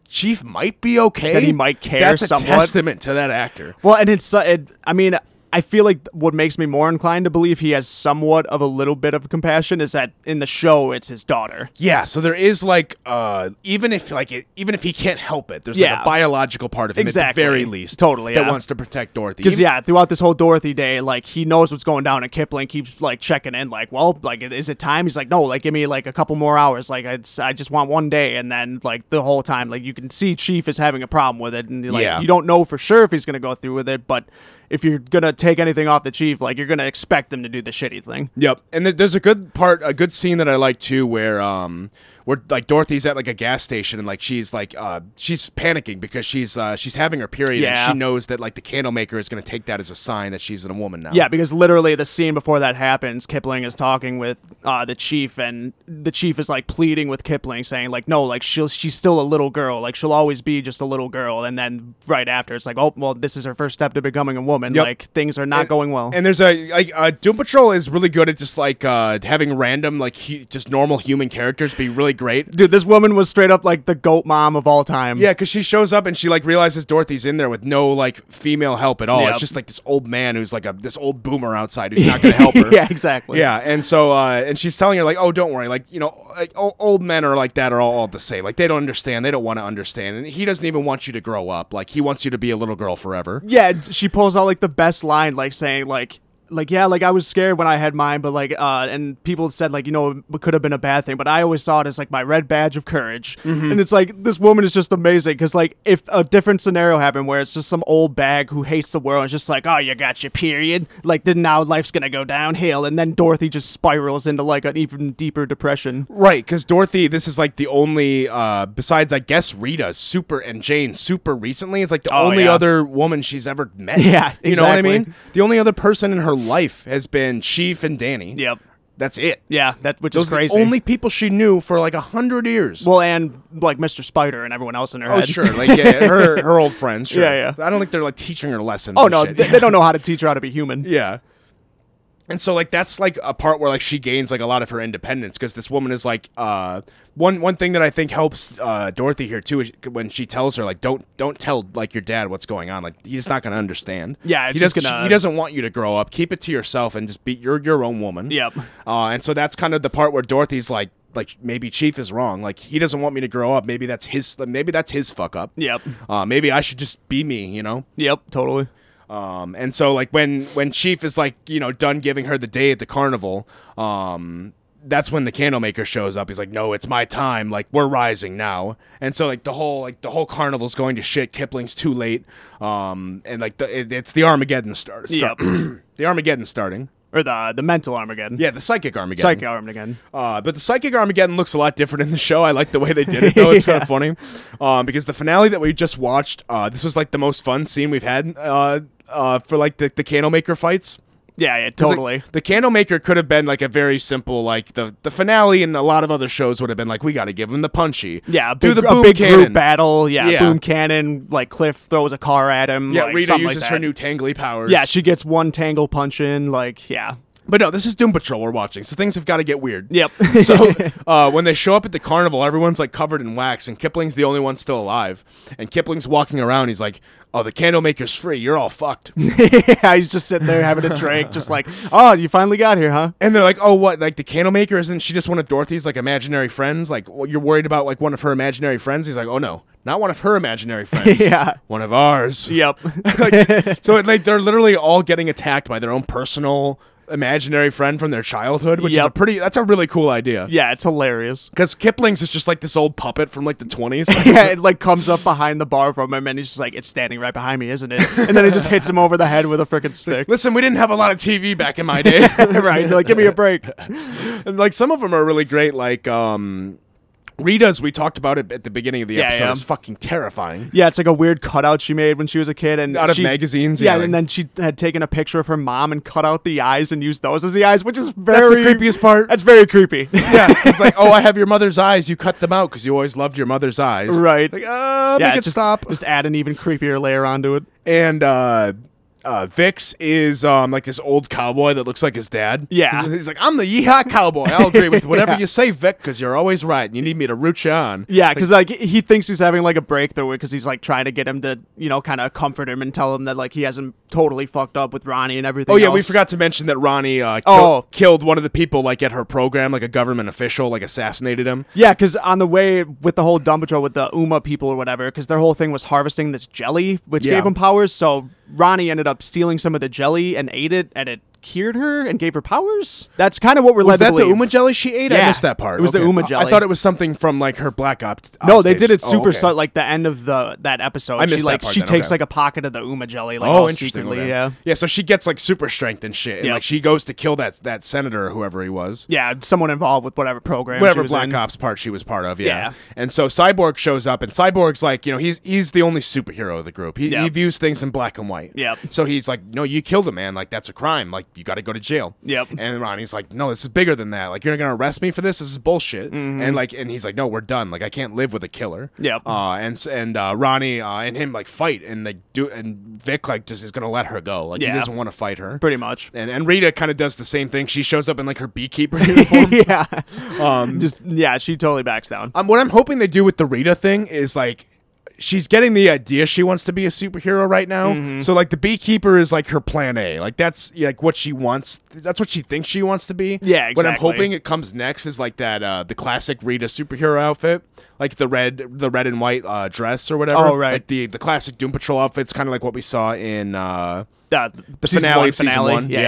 S1: Chief might be okay.
S2: That he might care
S1: That's a
S2: somewhat.
S1: testament to that actor.
S2: Well, and it's uh, it, I mean, I feel like what makes me more inclined to believe he has somewhat of a little bit of compassion is that in the show it's his daughter.
S1: Yeah. So there is like uh, even if like it, even if he can't help it, there's like
S2: Yeah.
S1: a biological part of him at the
S2: Exactly.
S1: very least,
S2: Totally,
S1: that
S2: yeah.
S1: wants to protect Dorothy.
S2: Because
S1: Even-
S2: yeah, throughout this whole Dorothy day, like he knows what's going down, and Kipling keeps like checking in, like, well, like, is it time? He's like, no, like, give me like a couple more hours, like, it's, I just want one day, and then like the whole time, like, you can see Chief is having a problem with it, and like,
S1: Yeah.
S2: you don't know for sure if he's gonna go through with it, but if you're gonna take anything off the Chief, like, you're gonna expect him to do the shitty thing.
S1: Yep, and th- there's a good part, a good scene that I like too, where um, where like Dorothy's at like a gas station and like she's like uh, she's panicking because she's uh, she's having her period
S2: Yeah.
S1: and she knows that like the candle maker is gonna take that as a sign that she's a woman now.
S2: Yeah, because literally the scene before that happens, Kipling is talking with uh, the chief, and the chief is like pleading with Kipling, saying like, "No, like she'll she's still a little girl, like she'll always be just a little girl." And then right after, it's like, "Oh, well, this is her first step to becoming a woman.
S1: Yep.
S2: Like things are not going well."
S1: And there's a like uh, Doom Patrol is really good at just like uh, having random like hu- just normal human characters be really great.
S2: Dude, this woman was straight up like the goat mom of all time.
S1: Yeah, because she shows up and she like realizes Dorothy's in there with no like female help at all.
S2: Yep.
S1: It's just like this old man who's like a this old boomer outside who's not gonna help her.
S2: yeah, exactly.
S1: Yeah, and so uh, and she's telling her like, "Oh, don't worry. Like, you know, like o- old men are like that are all, all the same. Like, they don't understand. They don't want to understand. And he doesn't even want you to grow up. Like, he wants you to be a little girl forever."
S2: yeah she pulls out like the best line like saying like like yeah like i was scared when i had mine but like uh and people said like you know it could have been a bad thing but i always saw it as like my red badge of courage
S1: Mm-hmm.
S2: and it's like this woman is just amazing because like if a different scenario happened where it's just some old bag who hates the world and is just like oh you got your period like then now life's gonna go downhill and then dorothy just spirals into like an even deeper depression
S1: Right, because Dorothy, this is like the only, uh, besides I guess Rita, super and Jane, super recently. It's like the
S2: Oh,
S1: only
S2: yeah.
S1: other woman she's ever met.
S2: Yeah,
S1: you know what I
S2: exactly.
S1: mean. The only other person in her life has been Chief and Danny.
S2: Yep.
S1: that's it.
S2: yeah that which
S1: Those
S2: is
S1: are the
S2: crazy
S1: only people she knew for like a hundred years.
S2: well and like mr spider and everyone else in her
S1: Oh
S2: head
S1: sure, like yeah, her her old friends. Sure.
S2: Yeah, yeah.
S1: I don't think they're like teaching her lessons.
S2: oh
S1: and
S2: no
S1: shit.
S2: they, they don't know how to teach her how to be human
S1: yeah. And so like that's like a part where like she gains like a lot of her independence because this woman is like uh one one thing that I think helps uh Dorothy here too is when she tells her like don't don't tell like your dad what's going on like he's not gonna understand
S2: Yeah,
S1: he
S2: it's just
S1: doesn't
S2: gonna-
S1: he doesn't want you to grow up keep it to yourself and just be you're your own woman
S2: Yep.
S1: uh and so that's kind of the part where Dorothy's like like maybe Chief is wrong like he doesn't want me to grow up maybe that's his maybe that's his fuck up
S2: Yep.
S1: uh maybe I should just be me you know
S2: Yep. Totally.
S1: um, and so like when when Chief is like you know done giving her the day at the carnival, um, that's when the candlemaker shows up. He's like, "No, it's my time. Like we're rising now." And so like the whole like the whole carnival's going to shit. Kipling's too late, um, and like the, it, it's the Armageddon start. start the Armageddon starting.
S2: Or the the mental Armageddon.
S1: Yeah, the psychic Armageddon.
S2: Psycho Armageddon.
S1: Uh, but the psychic Armageddon looks a lot different in the show. I like the way they did it though; it's kind of funny. Um, because the finale that we just watched, uh, this was like the most fun scene we've had uh, uh, for like the, the candle maker fights.
S2: Yeah. Yeah.
S1: 'Cause, like,
S2: Totally.
S1: the candle maker could have been like a very simple like the the finale, and a lot of other shows would have been like, we got to give him the punchy.
S2: yeah. A
S1: do
S2: big,
S1: the
S2: a
S1: boom
S2: big
S1: cannon.
S2: group battle. Yeah,
S1: Yeah.
S2: Boom cannon. Like Cliff throws a car at him.
S1: yeah,
S2: like,
S1: Rita
S2: something like
S1: uses
S2: that.
S1: her new tangly powers.
S2: Yeah. She gets one tangle punch in. Like yeah.
S1: but no, this is Doom Patrol we're watching, so things have got to get weird.
S2: Yep.
S1: so uh, when they show up at the carnival, everyone's like covered in wax, and Kipling's the only one still alive. And Kipling's walking around. He's like, "Oh, the candle maker's free. You're all fucked."
S2: yeah. He's just sitting there having a drink. Just like oh, you finally got here, huh?
S1: and they're like, "Oh, what? Like the candle maker isn't she just one of Dorothy's like imaginary friends? Like what, you're worried about like one of her imaginary friends?" He's like, "Oh no, not one of her imaginary friends.
S2: Yeah.
S1: one of ours."
S2: Yep.
S1: Like, so it, like they're literally all getting attacked by their own personal imaginary friend from their childhood, which is a
S2: Yep.
S1: pretty. That's a really cool idea.
S2: yeah. It's hilarious.
S1: Because Kipling's is just like this old puppet from like the 20s.
S2: Yeah, it like comes up behind the bar from him, and he's just like, "It's standing right behind me, isn't it?" And then it just hits him over the head with a freaking stick.
S1: Listen, we didn't have a lot of TV back in my day.
S2: right? They're like, "Give me a break."
S1: and like some of them are really great. Like um, Rita's, we talked about it at the beginning of the
S2: Yeah,
S1: episode,
S2: yeah.
S1: is fucking terrifying.
S2: Yeah, it's like a weird cutout she made when she was a kid, and
S1: Out of
S2: she-
S1: magazines,
S2: Yeah,
S1: yeah, like-
S2: and then she had taken a picture of her mom and cut out the eyes and used those as the eyes, which is
S1: That's
S2: very
S1: the creepiest part.
S2: That's very creepy.
S1: yeah, it's like, oh, I have your mother's eyes. You cut them out because you always loved your mother's eyes.
S2: right?
S1: Like, uh,
S2: yeah,
S1: make it
S2: just,
S1: stop.
S2: Just add an even creepier layer onto it.
S1: And uh, uh, Vix is um, like this old cowboy that looks like his dad.
S2: Yeah.
S1: He's, he's like, I'm the yeehaw cowboy. I'll agree with whatever
S2: Yeah.
S1: you say, Vic, because you're always right and you need me to root you on.
S2: Yeah, because like he thinks he's having like a breakthrough because he's like trying to get him to you know kind of comfort him and tell him that like he hasn't totally fucked up with Ronnie and everything.
S1: Oh yeah, we
S2: else.
S1: forgot to mention that Ronnie uh, kill-
S2: Oh.
S1: killed one of the people like at her program, like a government official, like assassinated him.
S2: Yeah, because on the way with the whole Dumb Patrol with the Uma people or whatever, because their whole thing was harvesting this jelly, which
S1: Yeah.
S2: gave them powers. So Ronnie ended up stealing some of the jelly and ate it, and it cured her and gave her powers. That's kind of what we're
S1: Was
S2: led
S1: that
S2: to
S1: the
S2: believe.
S1: Uma jelly she ate? I
S2: Yeah.
S1: missed that part.
S2: It was the Uma
S1: I- I
S2: jelly.
S1: thought it was something from like her black op.
S2: no,
S1: op
S2: they did
S1: station.
S2: it
S1: Oh,
S2: super
S1: okay.
S2: subtle, like the end of the that episode.
S1: I
S2: she
S1: missed that
S2: like
S1: part
S2: she
S1: then,
S2: takes
S1: okay.
S2: like a pocket of the Uma jelly, like
S1: Oh,
S2: all
S1: interesting.
S2: secretly,
S1: okay.
S2: yeah,
S1: yeah. So she gets like super strength and shit, and
S2: Yep.
S1: like she goes to kill that that senator or whoever he was.
S2: yeah, someone involved with whatever program, she
S1: Whatever
S2: was
S1: Black
S2: in.
S1: Ops part she was part of, yeah.
S2: Yeah.
S1: And so Cyborg shows up, and Cyborg's like, you know, he's he's the only superhero of the group. He, he
S2: Yep.
S1: views things in black and white.
S2: Yep.
S1: So he's like, no, you killed a man. Like that's a crime. Like you got to go to jail.
S2: Yep.
S1: And Ronnie's like, no, this is bigger than that. Like you're not gonna arrest me for this. This is bullshit. And like, and he's like, no, we're done. Like I can't live with a killer.
S2: Mm-hmm. Yep.
S1: Uh, and s- and uh, Ronnie uh, and him like fight, and they do, and Vic like just is gonna let her go. Like he
S2: Yeah.
S1: doesn't want to fight her.
S2: pretty much.
S1: And, and Rita kind of does the same thing. She shows up in like her beekeeper uniform.
S2: yeah, um, just yeah, she totally backs down.
S1: Um, what I'm hoping they do with the Rita thing is like she's getting the idea she wants to be a superhero right now.
S2: Mm-hmm.
S1: So like the beekeeper is like her plan A. Like that's like what she wants. That's what she thinks she wants to be.
S2: Yeah,
S1: What I'm
S2: exactly.
S1: hoping it comes next is like that uh the classic Rita superhero outfit, like the red the red and white uh dress or whatever.
S2: Oh, right.
S1: Like the the classic Doom Patrol outfits, kind of like what we saw in uh
S2: Uh,
S1: the
S2: season
S1: finale
S2: one
S1: of season
S2: finale.
S1: one.
S2: yeah.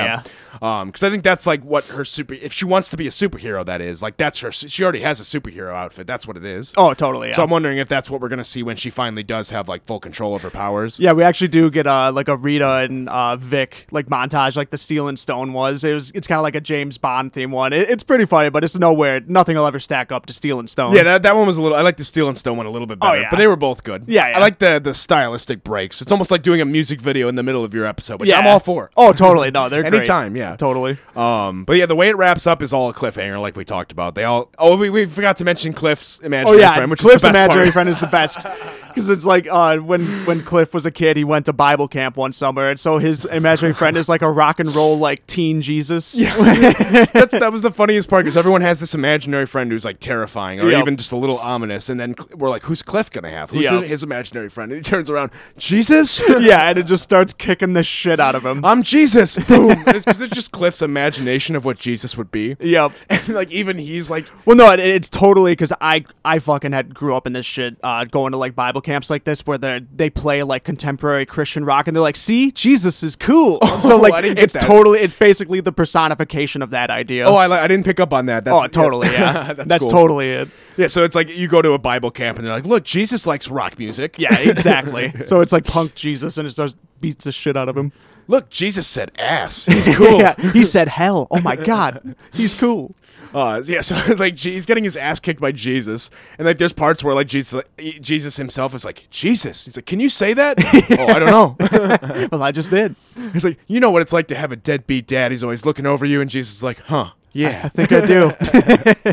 S2: yeah.
S1: because I think that's like what her super. If she wants to be a superhero, that is like that's her. She already has a superhero outfit. That's what it is.
S2: Oh, totally. Yeah.
S1: So I'm wondering if that's what we're gonna see when she finally does have like full control of her powers.
S2: yeah, we actually do get uh like a Rita and uh Vic like montage like the Steel and Stone was. It was it's kind of like a James Bond theme one. It, it's pretty funny, but it's nowhere nothing will ever stack up to Steel and Stone.
S1: Yeah, that, that one was a little. I like the Steel and Stone one a little bit better,
S2: Oh, yeah.
S1: but they were both good.
S2: Yeah, yeah.
S1: I like the the stylistic breaks. It's almost like doing a music video in the middle of your episode, which
S2: yeah.
S1: I'm all for.
S2: Oh, totally. No, they're great.
S1: Anytime, yeah.
S2: Totally.
S1: Um, but yeah, the way it wraps up is all a cliffhanger, like we talked about. They all. Oh, we, we forgot to mention Cliff's
S2: Oh
S1: imaginary
S2: yeah,
S1: friend, which
S2: Cliff's
S1: is the best
S2: imaginary
S1: part.
S2: friend is the best. because it's like uh, when when Cliff was a kid, he went to Bible camp one summer, and so his imaginary friend is like a rock and roll like teen Jesus.
S1: That's, that was the funniest part because everyone has this imaginary friend who's like terrifying or
S2: Yep.
S1: even just a little ominous, and then Cl- we're like, "Who's Cliff gonna have? Who's
S2: Yep.
S1: his, his imaginary friend?" And he turns around, Jesus.
S2: yeah, and it just starts kicking the shit out of him.
S1: I'm Jesus. Boom. Because it's, just Cliff's imagination of what Jesus would be.
S2: Yep.
S1: And like even he's like,
S2: Well, no, it, it's totally because I I fucking had grew up in this shit, uh, going to like Bible camps like this where they they play like contemporary Christian rock and they're like, see, Jesus is cool. so
S1: Oh, I
S2: like,
S1: didn't get
S2: it's
S1: that.
S2: totally, it's basically the personification of that idea.
S1: oh, I, li- I didn't pick up on that. That's,
S2: Oh, totally, yeah.
S1: That's
S2: That's,
S1: cool.
S2: totally it.
S1: Yeah, so it's like you go to a Bible camp and they're like, look, Jesus likes rock music.
S2: Yeah, exactly. so it's like punk Jesus, and it starts beats the shit out of him.
S1: Look, Jesus said ass. He's cool.
S2: yeah, he said hell. Oh my god, he's cool.
S1: Uh, yeah, so like Je- he's getting his ass kicked by Jesus, and like there's parts where like Jesus, like, Jesus himself is like Jesus. He's like, "Can you say that?" oh, I don't know.
S2: Well, I just did.
S1: he's like, "You know what it's like to have a deadbeat dad. He's always looking over you," and Jesus is like, "Huh." Yeah,
S2: I think I do.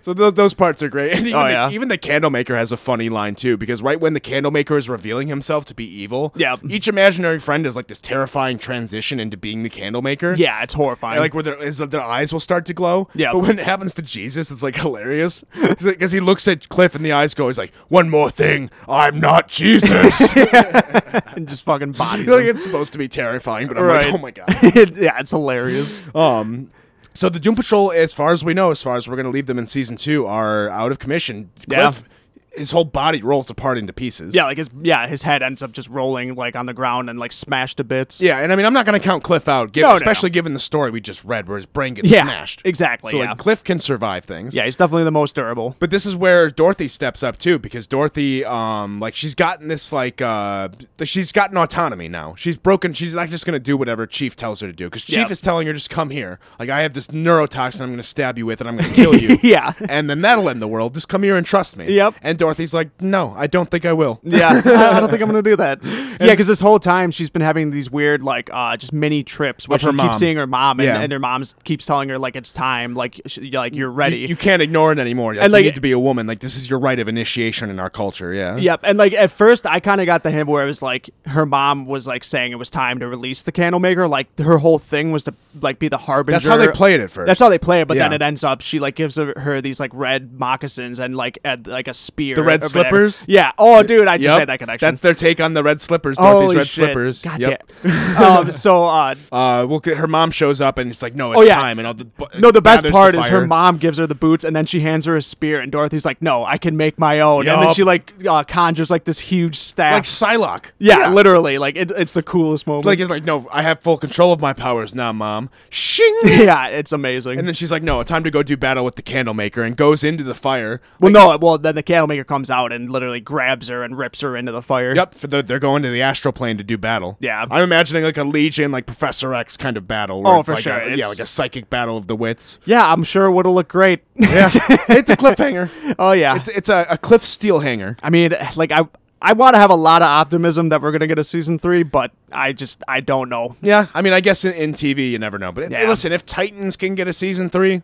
S1: so those those parts are great, and even,
S2: Oh,
S1: the,
S2: yeah.
S1: even the candlemaker has a funny line too, because right when the candlemaker is revealing himself to be evil,
S2: Yep.
S1: each imaginary friend is like this terrifying transition into being the candlemaker.
S2: yeah, it's horrifying.
S1: And, like where their, is that their eyes will start to glow.
S2: Yeah.
S1: But when it happens to Jesus, it's like hilarious because he looks at Cliff and the eyes go. He's like, "One more thing, I'm not Jesus." like
S2: and just fucking body.
S1: it's supposed to be terrifying, but I'm
S2: Right.
S1: like, "Oh my god."
S2: yeah, it's hilarious.
S1: Um. So the Doom Patrol, as far as we know, as far as we're gonna leave them in season two, are out of commission.
S2: Yeah.
S1: Cliff, his whole body rolls apart into pieces.
S2: Yeah, like his yeah, his head ends up just rolling like on the ground and like smashed to bits.
S1: Yeah, and I mean, I'm not gonna count Cliff out, gi-
S2: No, no, no.
S1: especially given the story we just read, where his brain gets
S2: Yeah,
S1: smashed.
S2: exactly,
S1: So
S2: yeah.
S1: like, Cliff can survive things.
S2: Yeah, he's definitely the most durable.
S1: But this is where Dorothy steps up too, because Dorothy, um, like she's gotten this like uh, she's gotten autonomy now. She's broken. She's not just gonna do whatever Chief tells her to do, because Chief
S2: Yep.
S1: is telling her just come here. Like I have this neurotoxin, I'm gonna stab you with, and I'm gonna kill you.
S2: Yeah.
S1: and then that'll end the world. Just come here and trust me.
S2: Yep.
S1: And Dorothy's like, no, I don't think I will.
S2: Yeah, I, I don't think I'm gonna do that. Yeah, because this whole time she's been having these weird like uh just mini trips where
S1: Of
S2: she
S1: her
S2: keeps
S1: mom.
S2: seeing her mom and,
S1: Yeah.
S2: and her mom keeps telling her like it's time, like sh- like you're ready.
S1: You can't ignore it anymore. Like,
S2: And, like-
S1: you need to be a woman. Like this is your right of initiation in our culture. Yeah.
S2: Yep, and like at first, I kind of got the hint where it was like her mom was like saying it was time to release the Candlemaker. Like her whole thing was to like be the harbinger.
S1: That's how they play it at first.
S2: That's how they play it, but then
S1: Yeah.
S2: it ends up she like gives her, her these like red moccasins and like and, like a spear.
S1: The red
S2: or whatever.
S1: slippers?
S2: Yeah. Oh, dude, I just
S1: Yep.
S2: made that connection.
S1: That's their take on the red slippers. Dorothy's
S2: Holy
S1: red
S2: shit.
S1: slippers.
S2: God
S1: Yep.
S2: damn. um, so uh,
S1: Uh, well, her mom shows up and it's like, no, it's
S2: Oh, yeah.
S1: time. And all the bu-
S2: no, the best
S1: gathers
S2: part is her
S1: fire.
S2: mom gives her the boots, and then she hands her a spear, and Dorothy's like, "No, I can make my own." And then
S1: Yup.
S2: she like uh, conjures like this huge staff.
S1: like Psylocke.
S2: yeah, literally, like it, it's the coolest moment.
S1: like it's like, no, I have full control of my powers now, mom. Shing.
S2: yeah, it's amazing.
S1: and then she's like, no, time to go do battle with the Candlemaker, and goes into the fire.
S2: well, no, well then the candlemaker comes out and literally grabs her and rips her into the fire.
S1: Yep, for the, they're going to the astral plane to do battle.
S2: Yeah.
S1: I'm imagining like a Legion, like Professor X kind of battle. where
S2: Oh,
S1: it's
S2: for
S1: like
S2: sure,
S1: A, yeah,
S2: it's-
S1: like a psychic battle of the wits.
S2: Yeah, I'm sure it would have looked great.
S1: Yeah, it's a cliffhanger.
S2: oh yeah.
S1: It's it's a, a cliff steel hanger.
S2: I mean, like I I want to have a lot of optimism that we're gonna get a season three, but I just I don't know.
S1: Yeah, I mean, I guess in, in TV you never know. But
S2: Yeah.
S1: listen, if Titans can get a season three,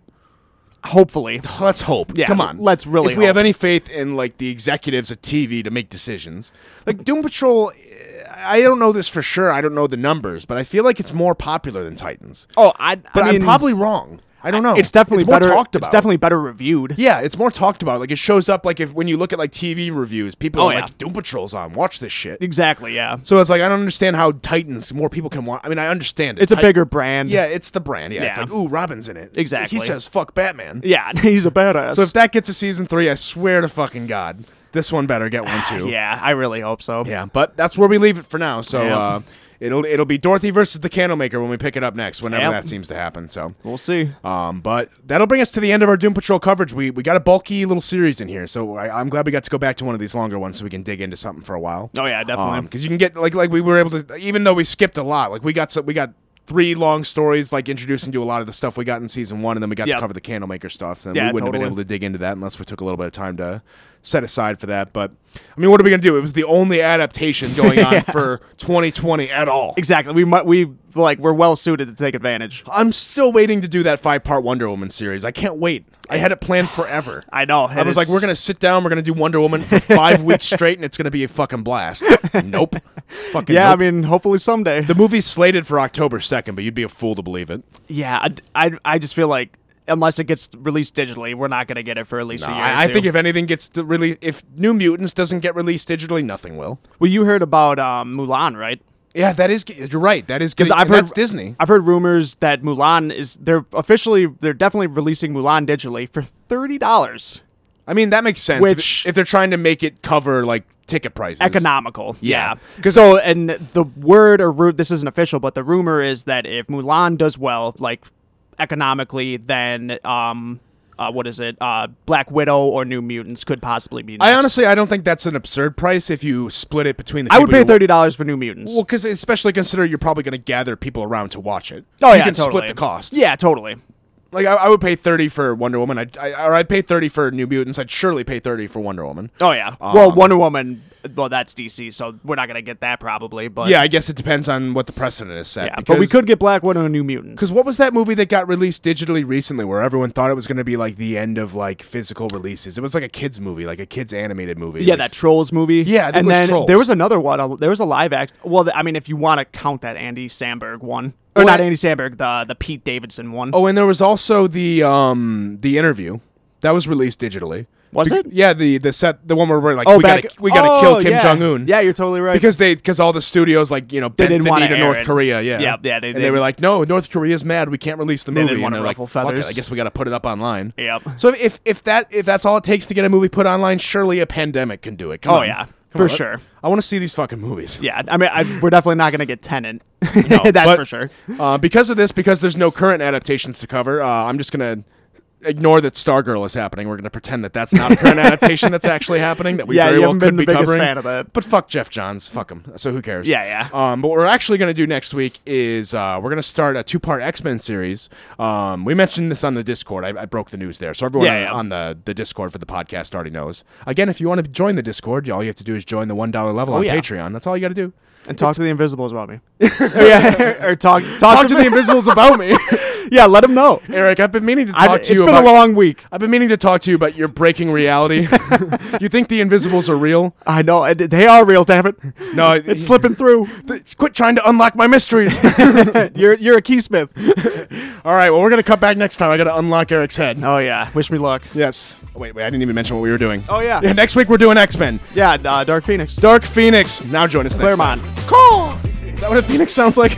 S2: Hopefully,
S1: Let's hope.
S2: Yeah,
S1: Come on.
S2: let's really
S1: If we have
S2: hope.
S1: any faith in like the executives at TV to make decisions, like Doom Patrol, I don't know this for sure. I don't know the numbers, but I feel like it's more popular than Titans.
S2: oh I
S1: But
S2: I
S1: I am
S2: mean,
S1: probably wrong. I don't know.
S2: it's definitely
S1: more
S2: better
S1: talked about.
S2: It's definitely better reviewed.
S1: yeah, it's more talked about. Like it shows up like if when you look at like TV reviews, people
S2: Oh,
S1: are
S2: yeah.
S1: like Doom Patrol's on. Watch this shit.
S2: Exactly. Yeah,
S1: So it's like I don't understand how Titans more people can watch. I mean, I understand it.
S2: it's a
S1: Tit-
S2: bigger brand.
S1: Yeah, it's the brand. Yeah, it's
S2: Yeah.
S1: like ooh, Robin's in it.
S2: Exactly.
S1: He says fuck Batman.
S2: yeah, he's a badass.
S1: So if that gets a season three, I swear to fucking god, this one better get one too.
S2: Ah, yeah, I really hope so.
S1: Yeah, But that's where we leave it for now. So
S2: Yeah.
S1: uh, it'll it'll be Dorothy versus the Candlemaker when we pick it up next, whenever
S2: Yep.
S1: that seems to happen. So.
S2: We'll see.
S1: Um, but that'll bring us to the end of our Doom Patrol coverage. We we got a bulky little series in here, so I, I'm glad we got to go back to one of these longer ones so we can dig into something for a while.
S2: Oh, yeah, definitely.
S1: Because you can get like like we were able to, even though we skipped a lot, like we got so, we got three long stories like introducing to a lot of the stuff we got in season one, and then we got to
S2: Yep.
S1: cover the Candlemaker stuff. So we
S2: Yeah,
S1: wouldn't have been
S2: totally.
S1: able to dig into that unless we took a little bit of time to set aside for that. But I mean, what are we gonna do? It was the only adaptation going on for 2020 at all.
S2: Exactly. We might we like we're well suited to take advantage.
S1: I'm still waiting to do that five part Wonder Woman series. I can't wait. I had it planned forever.
S2: I know.
S1: I was like, we're gonna sit down, we're gonna do Wonder Woman for five weeks straight, and it's gonna be a fucking blast. Nope. Fucking
S2: Yeah,
S1: nope.
S2: I mean, hopefully someday.
S1: the movie's slated for October second, but you'd be a fool to believe it.
S2: yeah, I, I, I just feel like unless it gets released digitally, we're not gonna get it for at least a year. or
S1: I, I
S2: two.
S1: think if anything gets to release, if New Mutants doesn't get released digitally, nothing will.
S2: Well, you heard about um, Mulan, right?
S1: Yeah, that is. You're right. That is
S2: Because
S1: getting-
S2: I've
S1: and
S2: heard
S1: that's Disney.
S2: I've heard rumors that Mulan is they're officially they're definitely releasing Mulan digitally for thirty dollars.
S1: I mean, that makes sense.
S2: Which-
S1: if, if they're trying to make it cover like ticket prices,
S2: Economical,
S1: Yeah.
S2: yeah. So, and the word or root this isn't official, but the rumor is that if Mulan does well, like economically, then um, uh, what is it? Uh, Black Widow or New Mutants could possibly be. Next.
S1: I honestly, I don't think that's an absurd price if you split it between the.
S2: I would
S1: people
S2: pay
S1: who-
S2: thirty dollars for New Mutants.
S1: Well, because especially consider you're probably going to gather people around to watch it.
S2: oh
S1: you
S2: yeah,
S1: can
S2: totally.
S1: split the cost.
S2: Yeah, totally.
S1: Like I, I would pay thirty for Wonder Woman. I'd, I or I'd pay thirty for New Mutants. I'd surely pay thirty for Wonder Woman.
S2: Oh yeah.
S1: Um,
S2: well, Wonder Woman. Well, that's DC, so we're not gonna get that probably. But
S1: Yeah, I guess it depends on what the precedent is set.
S2: Yeah, but we
S1: because-
S2: could get Black Widow and New Mutants.
S1: Because what was that movie that got released digitally recently, where everyone thought it was going to be like the end of like physical releases? It was like a kids movie, like a kids animated movie.
S2: Yeah,
S1: Like-
S2: that Trolls movie.
S1: Yeah, there
S2: and
S1: was
S2: then
S1: Trolls.
S2: there was another one. uh, There was a live act. Well, th- I mean, if you want to count that Andy Samberg one, or
S1: Well,
S2: not
S1: I-
S2: Andy Samberg, the the Pete Davidson one.
S1: Oh, and there was also the um the interview that was released digitally.
S2: Was it?
S1: Yeah, the the set the one where we're like we gotta we gotta
S2: oh,
S1: kill Kim
S2: yeah.
S1: Jong Un.
S2: Yeah, you're totally right.
S1: Because they because all the studios like you know bent
S2: didn't
S1: the
S2: wanna
S1: knee to
S2: air
S1: North
S2: it.
S1: Korea. Yeah,
S2: Yeah, yeah, they
S1: and they were
S2: didn't.
S1: like, no, North Korea's mad. We can't release the movie.
S2: didn't
S1: and
S2: wanna
S1: they're like,
S2: ruffle
S1: "Fuck it, I
S2: feathers.
S1: guess we got to put it up online.
S2: Yep.
S1: So if if that if that's all it takes to get a movie put online, surely a pandemic can do it. Come
S2: oh
S1: on.
S2: yeah,
S1: Come
S2: for
S1: on, let-
S2: sure.
S1: I want to see these fucking movies.
S2: Yeah, I mean, I, we're definitely not gonna get Tenant. that's
S1: But,
S2: for sure.
S1: Uh, because of this, because there's no current adaptations to cover, uh, I'm just gonna ignore that Stargirl is happening. We're gonna pretend that that's not a current adaptation that's actually happening. That we
S2: Yeah,
S1: very
S2: you
S1: well
S2: haven't
S1: could
S2: been the
S1: be
S2: biggest
S1: covering.
S2: fan of it.
S1: But fuck Jeff Johns, fuck him. So who cares?
S2: Yeah, yeah.
S1: Um, but what we're actually gonna do next week is uh, we're gonna start a two part X Men series. Um, we mentioned this on the Discord. I, I broke the news there, so everyone
S2: Yeah,
S1: on-
S2: yeah.
S1: on the the Discord for the podcast already knows. Again, if you want to join the Discord, all you have to do is join the one dollar level on
S2: Oh, yeah.
S1: Patreon. That's all you got to do.
S2: And talk to the Invisibles about me. yeah, or talk talk,
S1: Talk to the Invisibles about me.
S2: yeah, let them know.
S1: Eric, I've been meaning to talk
S2: I,
S1: to
S2: it's
S1: you
S2: been
S1: about.
S2: a long week.
S1: I've been meaning to talk to you about your breaking reality. you think the Invisibles are real?
S2: I know and they are real. Damn it,
S1: No,
S2: it's slipping through.
S1: th- quit trying to unlock my mysteries.
S2: You're you're a keysmith.
S1: All right, well, we're gonna cut back next time. I gotta unlock Eric's head.
S2: Oh yeah, wish me luck.
S1: Yes. Oh, Wait, wait. I didn't even mention what we were doing.
S2: Oh, yeah.
S1: Yeah. Next week we're doing X Men.
S2: Yeah, uh, Dark Phoenix.
S1: Dark Phoenix. Now join us.
S2: Claremont.
S1: Next time. Cool. Is that what a phoenix sounds like?